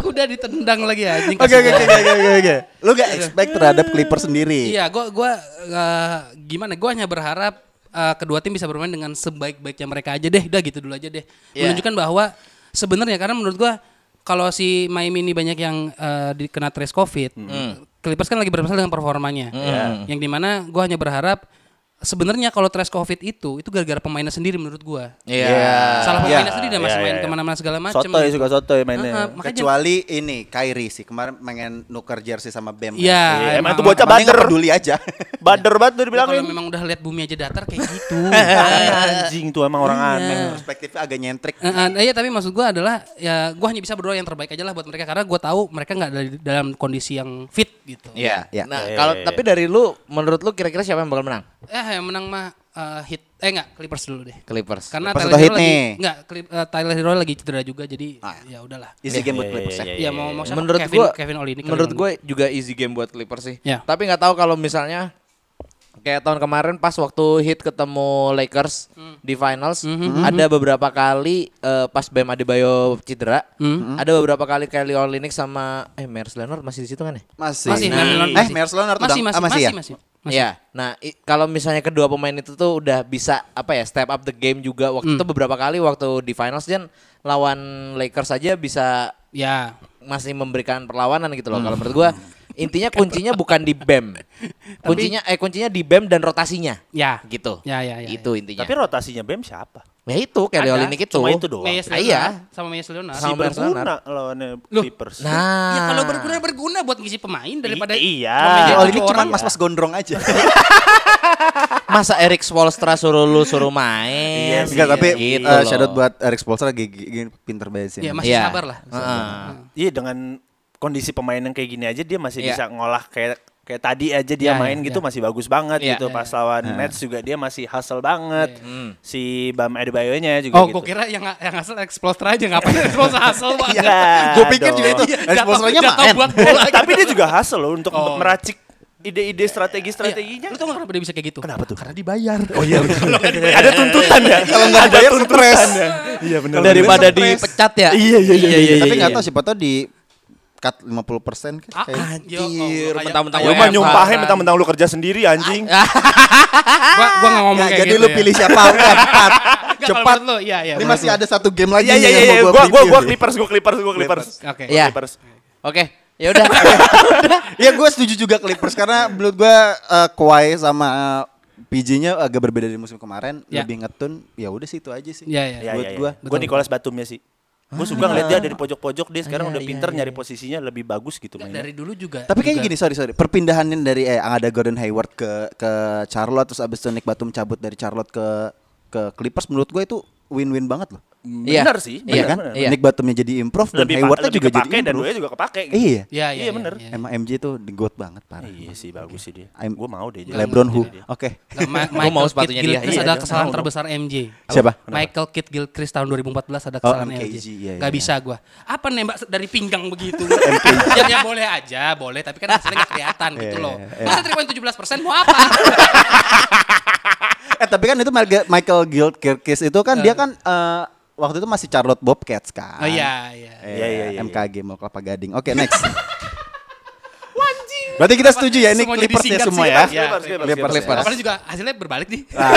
S4: kuda ditendang lagi ya anjing
S3: Oke
S4: kasih
S3: oke
S4: gua.
S3: oke oke oke, oke. Lu gak expect terhadap Clippers sendiri.
S4: Iya, gua gua eh, gimana? Gua hanya berharap eh, kedua tim bisa bermain dengan sebaik-baiknya mereka aja deh. Udah gitu dulu aja deh.
S2: Iya.
S4: Menunjukkan bahwa sebenarnya karena menurut gua kalau si Miami ini banyak yang eh, dikena
S2: Hmm.
S1: Iya.
S4: trace COVID, Clippers kan lagi bermasalah dengan performanya. Yang dimana gua hanya berharap sebenarnya kalau trash covid itu itu gara-gara pemainnya sendiri menurut gua.
S2: Iya.
S4: Salah
S1: Iya,
S4: pemainnya sendiri dia masih
S1: iya,
S4: main
S1: iya.
S4: kemana-mana segala macam.
S1: Sotoy suka sotoy
S4: Ah, ah,
S1: mainnya.
S4: makanya
S3: Kecuali ini Kyrie sih kemarin pengen nuker jersey sama Bam.
S4: Iya,
S1: Iya, emang itu bocah
S3: Bocah bander.
S1: bander.
S3: peduli aja.
S1: Bader banget tuh
S4: Dia kalau
S1: dibilangin.
S4: memang udah lihat bumi aja datar kayak gitu.
S1: *laughs* Anjing tuh emang orang aneh.
S3: Perspektifnya agak nyentrik.
S4: Eh, eh, iya tapi maksud gua adalah ya gua hanya bisa berdoa yang terbaik aja lah buat mereka karena gua tahu mereka nggak dari dalam kondisi yang fit gitu.
S2: Iya.
S3: Iya.
S2: Nah,
S1: Iya,
S2: kalau
S1: iya, iya.
S2: tapi dari lu menurut lu kira-kira siapa yang bakal menang?
S4: Eh yang menang mah eh, hit eh enggak Clippers dulu deh.
S2: Clippers.
S4: Karena
S3: Clippers
S4: Tyler
S3: atau
S4: Hero
S3: hit
S4: lagi
S3: nih?
S4: enggak Clip- eh, Tyler Hero lagi cedera juga jadi
S3: Ah.
S4: ya udahlah.
S3: Easy game buat Clippers ya.
S1: iya,
S4: Ya mau mau siapa?
S2: menurut
S4: Kevin,
S2: gua
S4: Kevin Olynyk.
S2: menurut gue juga easy game buat Clippers sih.
S4: Ya.
S2: Tapi nggak tahu kalau misalnya kayak tahun kemarin pas waktu Heat ketemu Lakers
S4: Hmm.
S2: di finals ada beberapa kali eh, pas Bam Adebayo cedera,
S4: Hmm.
S2: ada beberapa kali Kelly Olynyk sama eh Myers Leonard masih di situ kan ya?
S3: Masih.
S4: masih
S3: Nah.
S4: Leonard
S3: Eh, Myers Leonard
S4: masih,
S3: udah-
S4: masih,
S3: ah, masih
S4: masih,
S3: ya?
S4: masih.
S2: Iya. Nah, i- kalau misalnya kedua pemain itu tuh udah bisa apa ya step up the game juga waktu
S4: Hmm.
S2: itu beberapa kali waktu di finals dan lawan Lakers aja bisa
S4: Ya,
S2: masih memberikan perlawanan gitu loh kalau
S4: Hmm.
S2: menurut gua intinya kuncinya bukan di bem kuncinya eh kuncinya di bem dan rotasinya
S4: ya.
S2: gitu
S4: Ya, ya, ya,
S2: itu intinya
S1: Tapi rotasinya BEM siapa?
S2: ya itu Kelly
S4: Ada,
S2: Olynyk itu
S1: Cuma itu doang.
S4: Meyers
S2: Ah, iya.
S4: Leonard sama Meyers Leonard.
S1: Si
S2: Sama Myers
S1: berguna lawannya
S4: Loh.
S1: Clippers.
S2: nah
S4: Ya kalau berguna berguna buat ngisi pemain daripada
S1: I- iya.
S3: Nah,
S4: memanage
S3: Kalau gitu Iya,
S1: Kalau
S3: ini
S4: tujuh
S3: cuma
S4: orang.
S3: mas-mas gondrong *laughs* aja.
S2: masa Eric Spoelstra suruh lu suruh main
S1: Iya sih,
S3: Enggak, tapi
S2: Gitu
S3: eh,
S2: loh.
S3: shout out buat Eric Spoelstra gigi, gigi- pinter banget sih.
S4: Ya, masih
S2: Iya.
S4: sabar lah.
S2: Heeh.
S1: Iya dengan kondisi pemain yang kayak gini aja dia masih
S2: Iya.
S1: bisa ngolah kayak kayak tadi aja dia
S4: Iya,
S1: main
S4: iya,
S1: gitu
S4: iya.
S1: masih bagus banget
S2: Iya,
S1: gitu
S2: iya,
S1: pas lawan Nets juga dia masih hustle banget si Bam Adebayo-nya juga
S4: Oh,
S1: gitu.
S4: gua
S1: *laughs*
S4: kira yang yang hasil exploster aja ngapain exploster hasil banget.
S3: Gue pikir juga itu
S4: Iya,
S3: Eric
S4: jatuh-
S3: Spoelstra-nya
S4: jatuh
S3: main.
S4: buat bola gitu.
S1: Iya. Eh, Tapi dia juga hustle loh untuk
S4: Oh. Iya.
S1: meracik ide-ide strategi-strateginya.
S4: Lu tau gak kenapa dia bisa kayak gitu?
S1: Kenapa tuh?
S4: Karena dibayar.
S1: Oh iya, ada tuntutan ya.
S3: Kalau nggak bayar stres.
S1: Iya benar.
S3: Kalau
S2: daripada
S3: dia surprise.
S2: dipecat ya
S1: Iya, iya, iya, iya,
S3: Tapi
S2: iya.
S3: nggak tahu siapa tahu di cut 50% kan
S4: Ah,
S3: kayak.
S4: ya Allah,
S2: Anjir,
S4: kayak-
S1: Lu mah
S2: mentang-mentang Lu mah
S4: kayak
S2: WFH.
S1: nyumpahin
S2: nyumpahin
S1: mentang-mentang lu kerja sendiri anjing.
S4: Gua gua gak ngomong
S3: Nggak,
S4: kayak
S3: jadi
S4: gitu.
S3: lu pilih siapa
S1: *laughs*
S3: udah cut.
S4: Nggak, kalau
S3: Cepat.
S4: menurut lu, iya, iya,
S3: Ini
S4: menurut
S3: masih
S4: lu.
S3: ada satu game lagi
S1: Iya iya
S3: nih yang
S1: iya
S3: mau
S1: gua gua
S3: preview.
S1: gua Clippers gua Clippers gua Clippers.
S4: Oke.
S2: Iya.
S1: Clippers.
S2: oke ya udah
S3: Ya gue setuju juga Clippers karena menurut gue eh, Kawhi sama PJ-nya agak berbeda dari musim kemarin,
S4: Ya.
S3: lebih ngetun. Ya udah sih itu aja sih.
S4: Iya, iya.
S1: Iya
S3: Buat
S1: iya.
S3: gua. Ah.
S1: Gua gua Nicholas Batumnya sih. Gua suka ngeliat dia dari pojok-pojok dia
S3: iya,
S1: sekarang udah pinter nyari posisinya lebih bagus gitu mainnya.
S4: Dari dulu juga.
S3: Tapi kayaknya
S4: juga-
S3: gini, sorry sorry, perpindahannya dari eh ada Gordon Hayward ke ke Charlotte terus abis itu Nick Batum cabut dari Charlotte ke ke Clippers menurut gue itu win-win banget loh.
S2: Iya.
S1: Benar sih,
S2: iya
S3: Iya
S2: kan
S3: kan?
S2: iya
S3: Nick Batumnya jadi improve dan
S1: Lebih
S3: Hayward
S1: lebih
S3: juga jadi
S1: kepake dan
S3: improve.
S1: dua juga kepake gitu.
S3: Iya.
S4: Iya, iya,
S1: Iya, bener.
S4: iya.
S3: Emang MJ tuh the goat banget parah.
S1: Iya sih bagus sih dia.
S3: I'm-
S1: Gua mau deh jadi.
S3: LeBron who? Oke.
S4: *laughs* Nggak, Ma-
S2: Gua mau
S4: Michael
S2: sepatunya dia.
S4: Kidd Gilchrist
S2: Iya,
S4: adalah
S1: iya.
S4: kesalahan
S1: Apa?
S4: terbesar MJ.
S3: Siapa?
S4: Michael Kidd Gilchrist tahun 2014 ada kesalahan
S3: MKG,
S4: MJ.
S3: iya, iya,
S4: Gak
S3: iya.
S4: bisa gua. Apa nembak se- dari pinggang begitu? ya, ya boleh aja, boleh. Tapi kan hasilnya gak kelihatan gitu loh. Masa 3,17% mau apa?
S3: Eh tapi kan itu Marga- Michael Guild Kirkis itu kan dia kan eh, waktu itu masih Charlotte Bobcats kan.
S4: Oh iya, iya.
S3: Eh,
S1: Iya, iya, iya.
S3: MKG mau kelapa gading. Oke next.
S4: *laughs*
S3: Berarti kita setuju ya ini
S4: Semuanya
S3: Clippers ya
S4: disingkat
S3: semua
S4: sih,
S3: ya.
S4: Clippers,
S1: Clippers,
S3: Clippers,
S1: Clippers,
S3: Clippers.
S4: Apalagi juga hasilnya berbalik nih.
S2: Ah.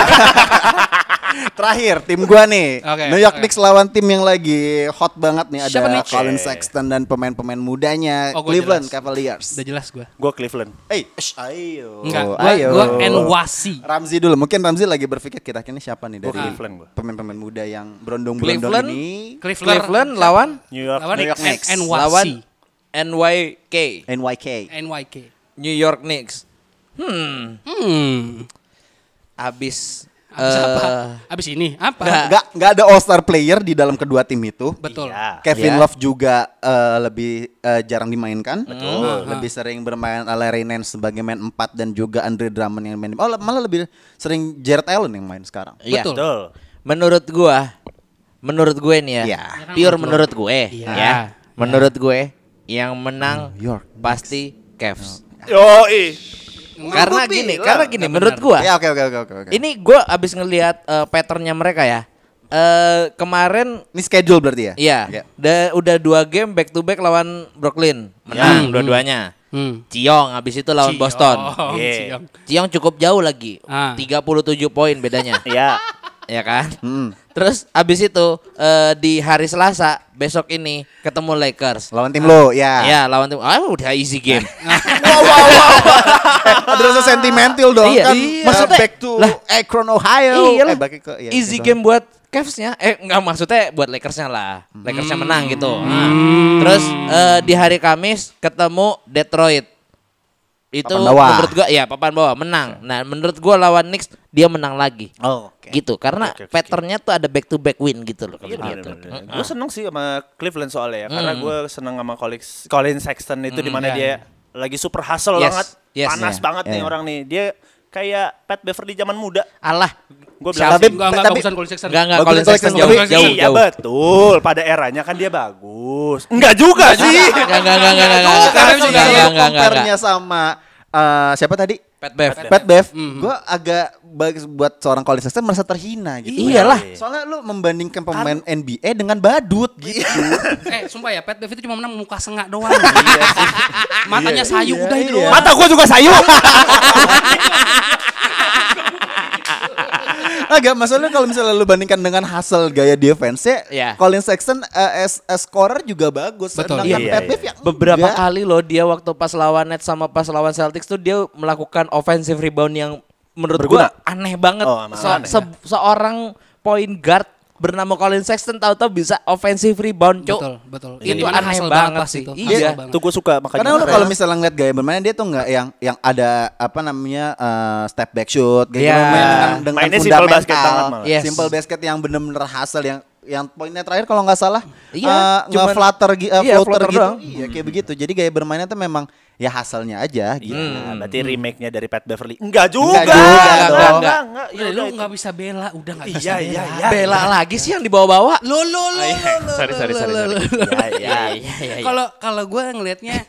S3: Terakhir tim gua nih.
S4: Oke,
S3: New York
S4: oke.
S3: Knicks lawan tim yang lagi hot banget nih ada
S4: Siapa nih?
S1: Eh.
S3: Colin Sexton dan pemain-pemain mudanya
S4: Oh, gua
S3: Cleveland
S4: jelas.
S3: Cavaliers.
S4: Udah jelas gua.
S1: Gua Cleveland.
S3: Eh, shh,
S2: Oh.
S3: ayo.
S4: Enggak, gua, gua NYC.
S3: Ramzi dulu, mungkin Ramzi lagi berpikir kira-kira ini siapa nih
S1: Gua
S3: dari
S1: Cleveland gua.
S3: pemain-pemain muda yang berondong-berondong
S2: Cleveland
S3: ini?
S4: Cleveland,
S2: Cleveland lawan
S1: New York.
S4: lawan
S3: New York
S4: N-
S3: Knicks.
S4: NYC.
S2: lawan NYK
S3: NYK.
S4: NYK.
S2: New York Knicks
S4: Hmm.
S2: abis
S4: Abis
S2: eh,
S4: apa? Abis ini apa?
S3: Enggak enggak ada All Star player di dalam kedua tim itu.
S4: Betul.
S1: Iya.
S3: Kevin
S2: Iya.
S3: Love juga eh, lebih eh, jarang dimainkan. Betul. Lebih sering bermain ala Ray Nance sebagai main 4 dan juga Andre Drummond yang main. Oh, le- malah lebih sering Jared Allen yang main sekarang.
S2: Iya.
S4: Betul.
S1: Betul.
S2: Menurut gua, menurut gue nih ya,
S3: Iya.
S2: pure menurut gue,
S4: Iya.
S2: ya,
S4: Iya.
S2: menurut gue yang menang
S3: New York
S2: pasti Cavs.
S1: Yo, ih.
S2: Karena gini, karena gini,
S4: Iya,
S2: menurut gua,
S3: Ya oke oke oke oke oke.
S2: ini gua abis ngelihat eh, patternnya mereka ya. eh kemarin,
S3: Ini schedule berarti ya?
S2: iya,
S3: Oke.
S2: da- udah dua game back to back lawan Brooklyn,
S4: Iya.
S2: menang dua-duanya.
S4: Hmm.
S2: Ciong abis itu lawan
S4: Ciong, *laughs*
S2: Boston.
S1: Iya.
S4: Ciong.
S2: Ciong cukup jauh lagi,
S4: Ah. *laughs*
S2: 37 poin bedanya.
S1: Iya.
S2: ya kan?
S3: Hmm.
S2: Terus abis itu eh, di hari Selasa besok ini ketemu Lakers.
S3: Lawan tim lo, *laughs* ya.
S2: Ya lawan tim. Ah udah easy game.
S3: *laughs* Wow, wow, wow. Ada rasa sentimental dong
S2: Iya.
S3: kan.
S2: Iya.
S3: uh,
S2: Maksudnya-
S3: back to
S2: lah.
S3: Akron, Ohio.
S2: Iya lah.
S3: *laughs* Eh, balik ke- iya,
S2: easy
S3: gitu.
S2: game buat Cavs-nya. Eh nggak maksudnya buat Lakersnya lah. Lakersnya
S3: Hmm.
S2: menang gitu. Nah, Terus eh, di hari Kamis ketemu Detroit. Itu
S3: Papan bawah.
S2: menurut gua ya papan bawah menang. Nah, menurut gua lawan Knicks dia menang lagi.
S3: Oh, oke. Iya,
S2: Gitu karena
S1: Oke, oke, oke.
S2: patternnya tuh ada back to back win gitu loh
S1: Iya,
S2: kalau gitu.
S1: Gue seneng sih sama Cleveland soalnya ya, karena gue seneng sama Colin, Colin Sexton itu di mana
S4: iya,
S1: dia lagi super hustle
S2: Yes,
S1: banget,
S2: yes,
S1: panas
S2: iya,
S1: banget
S3: iya.
S1: nih orang nih. Dia kayak Pat Beverly zaman muda.
S2: Allah.
S1: Gue bilang
S2: Tapi
S1: sih,
S4: Enggak, enggak,
S3: tapi-
S4: bukan Colin Sexton.
S2: enggak enggak
S3: Bagus,
S2: Colin Sexton
S3: Sexton,
S2: jauh
S4: tapi-
S2: jauh
S1: iya
S2: jauh.
S1: betul. Pada eranya kan dia bagus. Enggak juga sih.
S2: Enggak enggak enggak enggak enggak.
S3: Enggak,
S2: enggak,
S3: karena
S2: enggak,
S3: sebenarnya
S2: enggak,
S3: lu
S2: enggak, enggak,
S3: compare-nya
S2: enggak.
S3: sama eh, siapa tadi?
S2: Pat Bev.
S3: Pat Bev,
S1: Mm-hmm.
S3: gue agak bag- buat seorang college Sexton merasa terhina gitu.
S2: Iyalah.
S1: Iya.
S3: Soalnya lu membandingkan
S1: Kan
S3: pemain NBA dengan badut gitu.
S1: Iya.
S4: Eh, sumpah ya, Pat David itu cuma menang muka sengak
S2: *laughs*
S4: doang.
S2: Iya
S4: Matanya sayu
S3: Iya,
S4: udah
S3: iya.
S4: itu doang.
S1: Mata gue juga sayu.
S3: Agak maksudnya kalau misalnya lu bandingkan dengan hasil gaya defense-nya,
S2: Iya.
S3: Colin Sexton eh, as, as scorer juga bagus.
S4: Betul.
S3: Sedangkan
S1: Iya,
S3: Pat
S1: iya,
S3: Bev
S1: iya.
S3: ya
S2: Beberapa
S3: enggak.
S2: kali loh dia waktu pas lawan Nets sama pas lawan Celtics tuh dia melakukan offensive rebound yang menurut
S1: Berguna.
S2: gua aneh banget.
S1: Oh, emang
S2: Se-
S1: aneh,
S2: se- Seorang point guard bernama Colin Sexton tahu-tahu bisa offensive rebound, Cuk.
S4: Betul, betul.
S2: Itu
S4: Ini
S2: Iya. aneh
S4: hustle
S2: banget
S4: banget
S2: sih.
S4: itu.
S2: Iya.
S4: Hustle banget.
S1: Tuh gue suka makanya.
S3: Karena lu
S1: Keren.
S3: kalau misalnya ngeliat gaya bermain dia tuh nggak yang yang ada apa namanya eh, step back shoot kayak
S2: Iya.
S3: gitu main dengan, dengan
S1: Mainnya simple
S3: fundamental,
S1: basket banget malah.
S2: Yes.
S3: simple basket yang bener-bener hasil yang yang poinnya terakhir kalau nggak salah
S2: Iya,
S3: eh, nggak
S2: cuman-
S3: flutter gi- eh,
S2: iya,
S3: floater
S2: floater
S3: gitu
S2: doang.
S3: iya kayak begitu jadi gaya bermainnya tuh memang ya hasilnya aja gitu
S1: Iya, berarti remake-nya dari Pat Beverly. Enggak juga.
S3: Enggak juga dong.
S1: enggak, enggak.
S4: Udah,
S1: Iya,
S4: lu
S1: udah,
S4: nggak bisa bela, udah nggak bisa
S1: Iya,
S4: bela.
S1: iya, iya. Ah,
S2: Bela lagi sih yang dibawa-bawa.
S4: Lo lo lo lo, lo.
S1: Sorry, sorry, sorry. sorry. Iya, iya.
S4: Kalau kalau gue ngelihatnya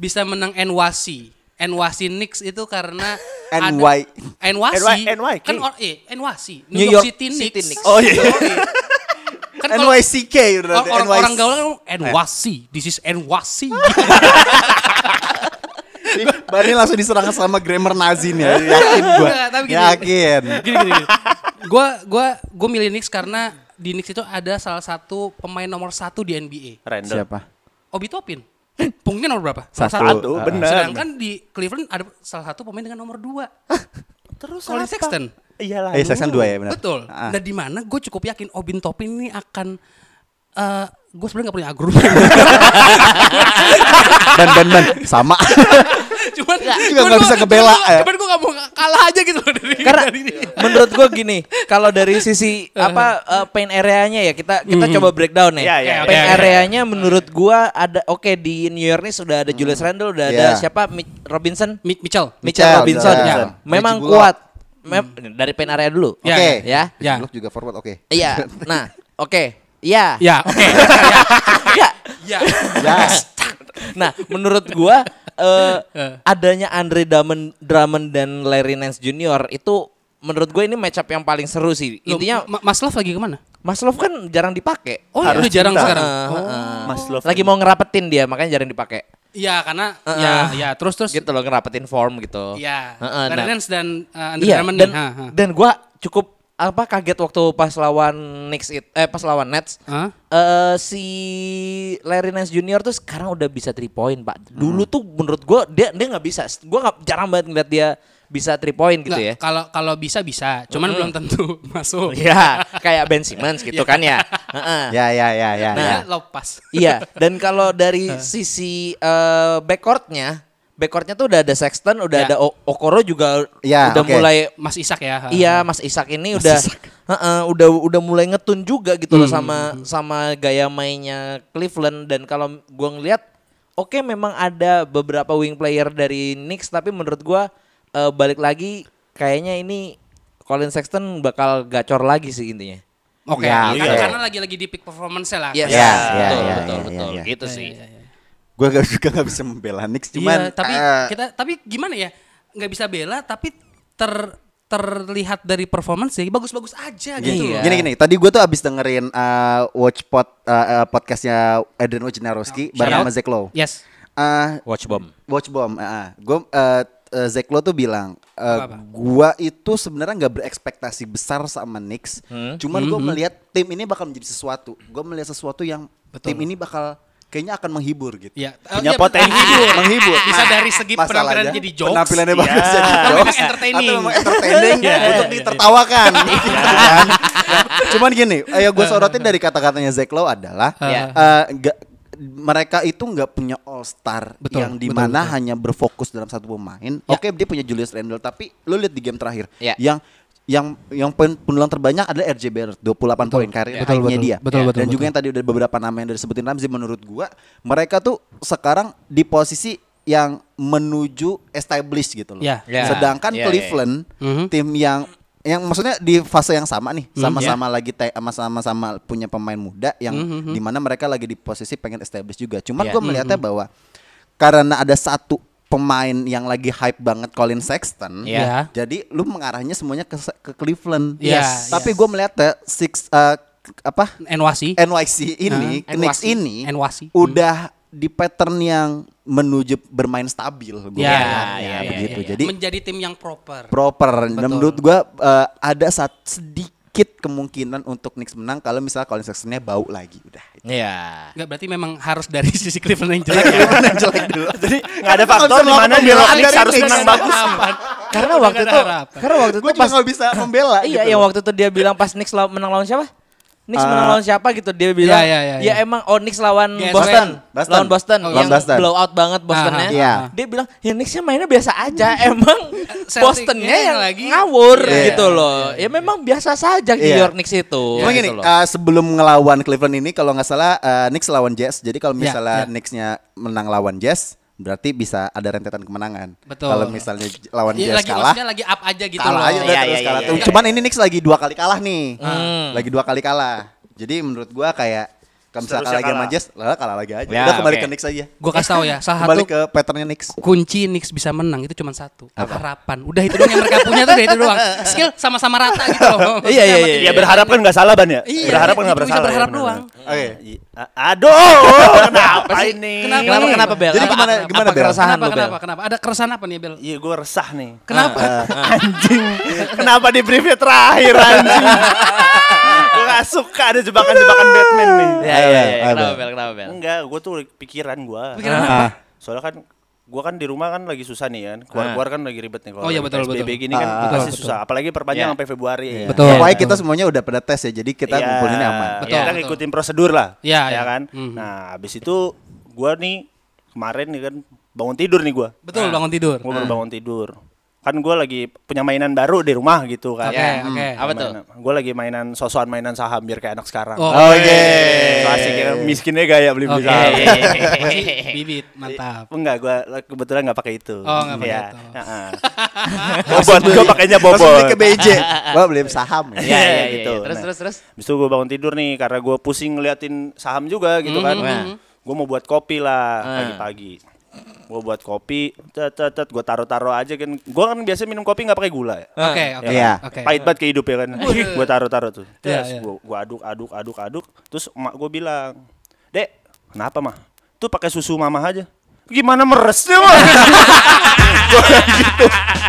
S4: bisa menang NYC. NYC Knicks itu karena ada-
S3: NY.
S4: NYC
S1: NY,
S4: kan or, eh, NYC
S2: New
S4: New,
S2: York
S4: York City
S2: City Knicks.
S4: Knicks.
S1: Oh, iya.
S3: *laughs*
S4: Yoi. kan kalau or-
S3: NYCK udah ada
S4: orang
S3: NYC.
S4: orang gaul kan NYC this is *laughs* NYC
S3: Nih, Bari langsung diserang sama grammar Nazi nih ya. yakin gua
S4: Enggak, Iya. tapi gini.
S3: yakin
S4: gini gini, gini. gue gue gue milih Knicks karena di Knicks itu ada salah satu pemain nomor satu di NBA
S1: Randall.
S3: siapa
S4: Obi Topin punggungnya nomor berapa Nomor
S3: Satu.
S1: Satu, benar.
S4: sedangkan di Cleveland ada salah satu pemain dengan nomor dua
S1: Terus
S4: Colin Sexton
S1: Iya lah.
S3: eh Sexton dua ya benar
S4: Betul.
S3: Ah.
S4: Nah di mana gue cukup yakin Obin Topin ini akan eh gue sebenarnya gak punya *laughs* argumen.
S3: dan dan dan
S4: *laughs*
S3: sama
S4: cuman
S3: juga nggak bisa ngebela, ya.
S4: Cuman gue gak mau kalah aja gitu loh dari
S2: Karena
S1: *laughs*
S4: dari ini.
S1: Iya.
S2: menurut gua gini, kalau dari sisi apa eh, pain areanya ya kita kita coba breakdown ya.
S1: Iya, iya, Mhm.
S2: pain
S4: iya, iya.
S2: areanya menurut gua ada oke di New York nih sudah ada Julius Randle, udah ada
S3: Iya.
S2: siapa Mitch Robinson.
S4: Mi- Mitchell.
S2: Mitchell
S3: Mitchell, iya.
S2: Robinson
S3: Mitchell.
S2: ya. memang
S3: Reggie Bullock.
S2: kuat. Mem- dari pain area
S1: Iya,
S2: dulu.
S4: Ya,
S3: Oke.
S2: ya.
S4: Ya.
S3: Bullock juga forward oke.
S2: Iya. Nah, oke. Iya.
S4: Ya oke.
S2: *laughs* Iya.
S4: Ya.
S3: Ya.
S2: *laughs* Nah, menurut gua
S4: *laughs*
S2: eh, adanya Andre Drummond, Drummond dan Larry Nance Junior itu menurut gue ini matchup yang paling seru sih.
S4: Loh,
S2: Intinya
S4: Ma- Mas Love lagi kemana?
S2: Mas Love kan jarang dipakai.
S4: Oh ya, udah jarang sekarang.
S1: Oh, Mas Love.
S2: Lagi mau ngerapetin dia, makanya jarang dipakai.
S4: Iya karena
S2: Eh,
S4: ya
S2: eh.
S4: ya terus terus.
S2: Gitu loh ngerapetin form gitu.
S4: Iya.
S2: Heeh,
S4: Larry
S2: nah.
S4: Nance dan eh, Andre
S2: Iya,
S4: Drummond
S2: dan
S4: nih. Ha, ha.
S2: dan gua cukup apa kaget waktu pas lawan Knicks it- eh pas lawan Nets.
S4: Hah?
S2: Eh, si Larry Nance Junior tuh sekarang udah bisa 3 point, Pak. Dulu
S3: Hmm.
S2: tuh menurut gua dia dia nggak bisa. Gua nggak jarang banget ngeliat dia bisa 3 point gitu
S4: Nggak,
S2: ya.
S4: Kalau kalau bisa bisa, cuman belum tentu *laughs* masuk.
S2: *laughs* Iya, kayak Ben Simmons gitu kan ya. Heeh.
S3: Iya. *laughs* Ya ya ya ya.
S2: Nah.
S3: ya.
S4: Ya, lepas.
S2: Iya, dan kalau
S3: *laughs*
S2: dari sisi eh, backcourtnya, backcourtnya tuh udah ada Sexton, udah
S4: Ya.
S2: ada O- Okoro juga
S3: Ya,
S2: udah
S3: oke.
S2: mulai
S4: Mas Isak ya. ha.
S2: iya Mas Isak ini udah Heeh, udah udah mulai ngetun juga gitu loh sama sama gaya mainnya Cleveland dan kalau gua ngelihat oke memang ada beberapa wing player dari Knicks tapi menurut gua eh, balik lagi kayaknya ini Colin Sexton bakal gacor lagi sih intinya.
S4: Oke.
S3: Ya,
S4: Karena-
S3: oke.
S4: Karena lagi-lagi di peak performance lah.
S2: Iya,
S4: Iya.
S2: Yes. Iya.
S3: Ya,
S2: betul,
S3: ya, ya,
S2: betul,
S3: ya,
S2: betul,
S3: ya.
S2: gitu sih. Iya,
S3: Gue gak *laughs* juga gak bisa membela Knicks
S4: Cuman
S3: cuman
S4: Iya, tapi
S3: eh,
S4: kita tapi gimana ya? nggak bisa bela tapi ter terlihat dari performance ya bagus-bagus aja gitu.
S3: Gini,
S2: Iya.
S4: loh.
S3: gini gini. Tadi gue tuh abis dengerin eh, watch pod eh, eh, podcastnya Adrian Wojnarowski bareng
S4: Shout
S3: sama
S4: out.
S3: Zach Lowe.
S4: Yes.
S3: Eh,
S2: Watch bomb.
S3: watch bomb. eh, eh. Gue eh, Zach Lowe tuh bilang, eh,
S4: Apa-apa?
S3: gua itu sebenarnya nggak berekspektasi besar sama Knicks. Cuman gua
S4: Hmm.
S3: melihat tim ini bakal menjadi sesuatu. Gua melihat sesuatu yang
S4: Betul.
S3: tim ini bakal kayaknya akan menghibur gitu.
S4: Ya, eh,
S1: Punya
S4: iya,
S1: potensi.
S4: menghibur.
S3: menghibur.
S4: Bisa
S3: Nah,
S4: dari segi
S3: masalahnya,
S4: penampilan jadi jokes.
S3: Penampilannya bagus
S1: Iya.
S3: jadi
S1: Atau
S4: memang
S3: jokes.
S4: entertaining.
S3: Atau memang entertaining
S4: Iya,
S3: untuk
S4: iya, *laughs* iya. Eh,
S3: ditertawakan. gitu kan. Cuman gini, ayo gue sorotin dari kata-katanya Zach Lowe adalah
S4: Iya.
S3: eh, nggak- mereka itu nggak punya all star
S4: Betul,
S3: yang
S4: betul,
S3: dimana
S4: betul.
S3: hanya berfokus dalam satu pemain.
S4: Ya.
S3: Oke, dia punya Julius Randle tapi lu lihat di game terakhir
S2: Ya.
S3: yang yang yang pen- penulang terbanyak adalah RJ Barrett 28 poin karir
S4: Betul,
S3: high-nya
S4: betul,
S3: dia. Iya.
S4: betul,
S3: Dan
S4: betul,
S3: juga
S4: betul.
S3: yang tadi udah beberapa nama yang udah disebutin Ramzi menurut gua mereka tuh sekarang di posisi yang menuju established gitu loh.
S4: Ya.
S2: Ya.
S3: Sedangkan
S2: Ya, ya, ya.
S3: Cleveland
S4: Mhm.
S3: tim yang yang maksudnya di fase yang sama nih, sama-sama lagi te- sama-sama punya pemain muda yang dimana mereka lagi di posisi pengen establish juga. Cuman
S2: Ya.
S3: gua melihatnya bahwa karena ada satu pemain yang lagi hype banget Colin Sexton,
S2: Ya.
S3: jadi lu mengarahnya semuanya ke, ke Cleveland.
S4: Yes.
S3: Tapi
S4: Yes.
S3: gue melihatnya six eh, apa
S4: NYC.
S3: NYC ini,
S4: Heeh.
S3: Knicks
S4: NYC.
S3: ini
S4: NYC.
S3: udah di pattern yang menuju bermain stabil gue
S4: Ya,
S2: ya, ya,
S3: begitu.
S2: ya, ya.
S3: Jadi
S4: menjadi tim yang proper.
S3: proper. Dan
S4: Betul.
S3: menurut gue eh, ada saat sedikit kemungkinan untuk Knicks menang kalau misalnya Colin Sextonnya bau lagi udah.
S2: Iya.
S4: Enggak berarti memang harus dari *laughs* sisi Cleveland yang jelek ya.
S3: Cleveland yang jelek dulu. Jadi
S1: nggak ada faktor di mana bilang Knicks harus menang bagus.
S2: Karena waktu itu karena waktu itu
S3: Gue
S2: pas
S3: cuma nggak bisa membela.
S2: iya
S3: gitu
S2: yang
S3: loh.
S2: waktu itu dia bilang pas Knicks law- menang lawan siapa? Knicks menang
S3: Eh, iya,
S2: lawan siapa gitu dia bilang.
S4: ya, ya,
S2: ya
S4: ya.
S2: emang oh Knicks lawan
S4: GSW.
S2: Boston.
S3: Boston.
S2: Lawan Boston
S3: Oh,
S2: yang
S3: lawan Boston.
S2: blow out banget Bostonnya.
S3: Aha, Iya. aha.
S2: Dia bilang ya Knicksnya mainnya biasa aja.
S3: *laughs*
S2: emang
S4: Celtic-nya
S2: Bostonnya yang
S4: yang lagi-
S2: ngawur
S3: Iya.
S2: gitu loh. Ya memang biasa saja New
S3: Iya.
S2: York Knicks itu.
S3: Cuma
S2: gitu
S3: gini,
S2: loh.
S3: eh, sebelum ngelawan Cleveland ini kalau nggak salah eh, Knicks lawan Jazz. Jadi kalau
S4: Ya,
S3: misalnya
S4: ya.
S3: Knicks-nya menang lawan Jazz, berarti bisa ada rentetan kemenangan.
S4: Betul.
S3: Kalau misalnya j- lawan
S4: Iya,
S3: Jazz
S4: lagi
S3: kalah,
S4: maksudnya lagi up aja gitu
S3: kalah
S4: loh.
S3: aja udah
S2: Iya,
S3: terus
S2: iya,
S3: kalah
S2: iya,
S3: tuh.
S2: iya.
S3: Cuman ini Knicks lagi dua kali kalah nih.
S2: Hmm.
S3: Lagi dua kali kalah. Jadi menurut gua kayak kalau misalnya
S1: Seterusnya
S3: kalah lagi sama
S1: kalah.
S3: Jazz, lah kalah lagi aja.
S2: Ya,
S3: udah kembali
S2: oke.
S3: ke Knicks aja.
S4: Gue kasih tau ya, salah
S3: Kembali
S4: satu
S3: ke patternnya Knicks.
S4: Hmm. kunci Knicks bisa menang itu cuma satu harapan udah itu doang yang mereka punya tuh udah itu doang skill sama-sama rata gitu loh
S2: Iya, iya, iya,
S1: Ya berharap kan nggak salah ban ya.
S4: Iya,
S1: berharap kan nggak
S4: itu bisa
S1: bersalah. ya,
S4: berharap
S1: benar-benar.
S4: doang.
S3: Oke.
S1: Iya. A-
S4: *laughs*
S1: Aduh, kenapa
S4: sih?
S1: ini?
S4: Kenapa?
S2: Kenapa kenapa Bel?
S3: Jadi
S2: Apa-
S3: gimana-
S2: apa
S3: gimana, Bel?
S2: keresahan
S4: kenapa
S2: lu, Bel?
S4: kenapa kenapa ada keresahan apa nih Bel
S1: Iya, gue resah nih.
S4: kenapa
S1: Anjing. Kenapa di briefnya terakhir
S4: *laughs*
S1: anjing? gue gak suka ada jebakan-jebakan Batman nih.
S2: Ya ya
S4: Iya,
S2: ya,
S3: Ayo, Iya.
S2: kenapa
S3: Bel.
S2: Bel? Kenapa Bel?
S1: Enggak, gue tuh pikiran gue.
S4: Pikiran
S3: apa?
S1: Soalnya kan gue kan di rumah kan lagi susah nih kan.
S2: Ah.
S1: Keluar-keluar kan lagi ribet nih. Kalau
S4: Oh, iya,
S1: lagi
S4: betul,
S1: PSBB
S4: betul.
S1: gini kan
S3: Ah,
S1: pasti
S4: betul,
S1: susah. Apalagi perpanjang
S2: Iya.
S1: sampai Februari. ya.
S4: Betul.
S3: Pokoknya kita semuanya udah pada tes ya, jadi kita
S1: Iya,
S3: ngumpulin aman.
S4: Betul,
S1: Kita
S4: betul.
S1: ngikutin prosedur lah.
S4: Iya,
S1: ya
S4: iya.
S1: kan?
S4: Mhm.
S1: Nah, habis itu gua nih kemarin nih kan bangun tidur nih gua.
S4: *laughs* betul bangun tidur
S1: Gua baru bangun tidur. Kan gua lagi punya mainan baru di rumah gitu kan.
S4: Oke,
S1: Ya,
S4: oke.
S1: hmm,
S2: Apa tuh?
S1: mainan- Gua lagi mainan sosokan mainan saham biar kayak anak sekarang.
S4: Oh,
S3: Oke.
S1: So asik ya, miskinnya gaya beli beli
S4: oke
S1: saham.
S4: Masih bibit mantap
S1: Enggak, gua kebetulan nggak pakai itu.
S4: Oh, nggak pakai
S1: Iya.
S4: itu. *laughs*
S1: Heeh. bobot, gua pakainya
S3: Langsung beli
S1: bobot.
S3: ke BJ. Gua beli saham
S4: Iya,
S1: *laughs*
S3: ya.
S2: Ya ya
S1: Gitu.
S2: gitu. Terus
S1: Nah.
S2: terus terus.
S1: Habis itu gue bangun tidur nih karena gue pusing ngeliatin saham juga gitu kan.
S2: Mhm.
S1: Gue mau buat kopi lah
S2: Hmm.
S1: pagi-pagi. Gue buat kopi, tet tet tet gue taruh-taruh aja kan. Gue kan biasa minum kopi nggak pakai gula ya.
S4: oke oke
S3: Iya.
S4: oke
S1: Pahit banget ke hidup ya kan. *laughs* gue taruh-taruh tuh.
S4: Iya,
S1: Terus
S4: iya.
S1: gue aduk aduk aduk aduk. Terus emak gue bilang, "Dek, kenapa mah? *laughs* Tuh pakai susu mama aja." Gimana meresnya mah? Gua bilang gitu.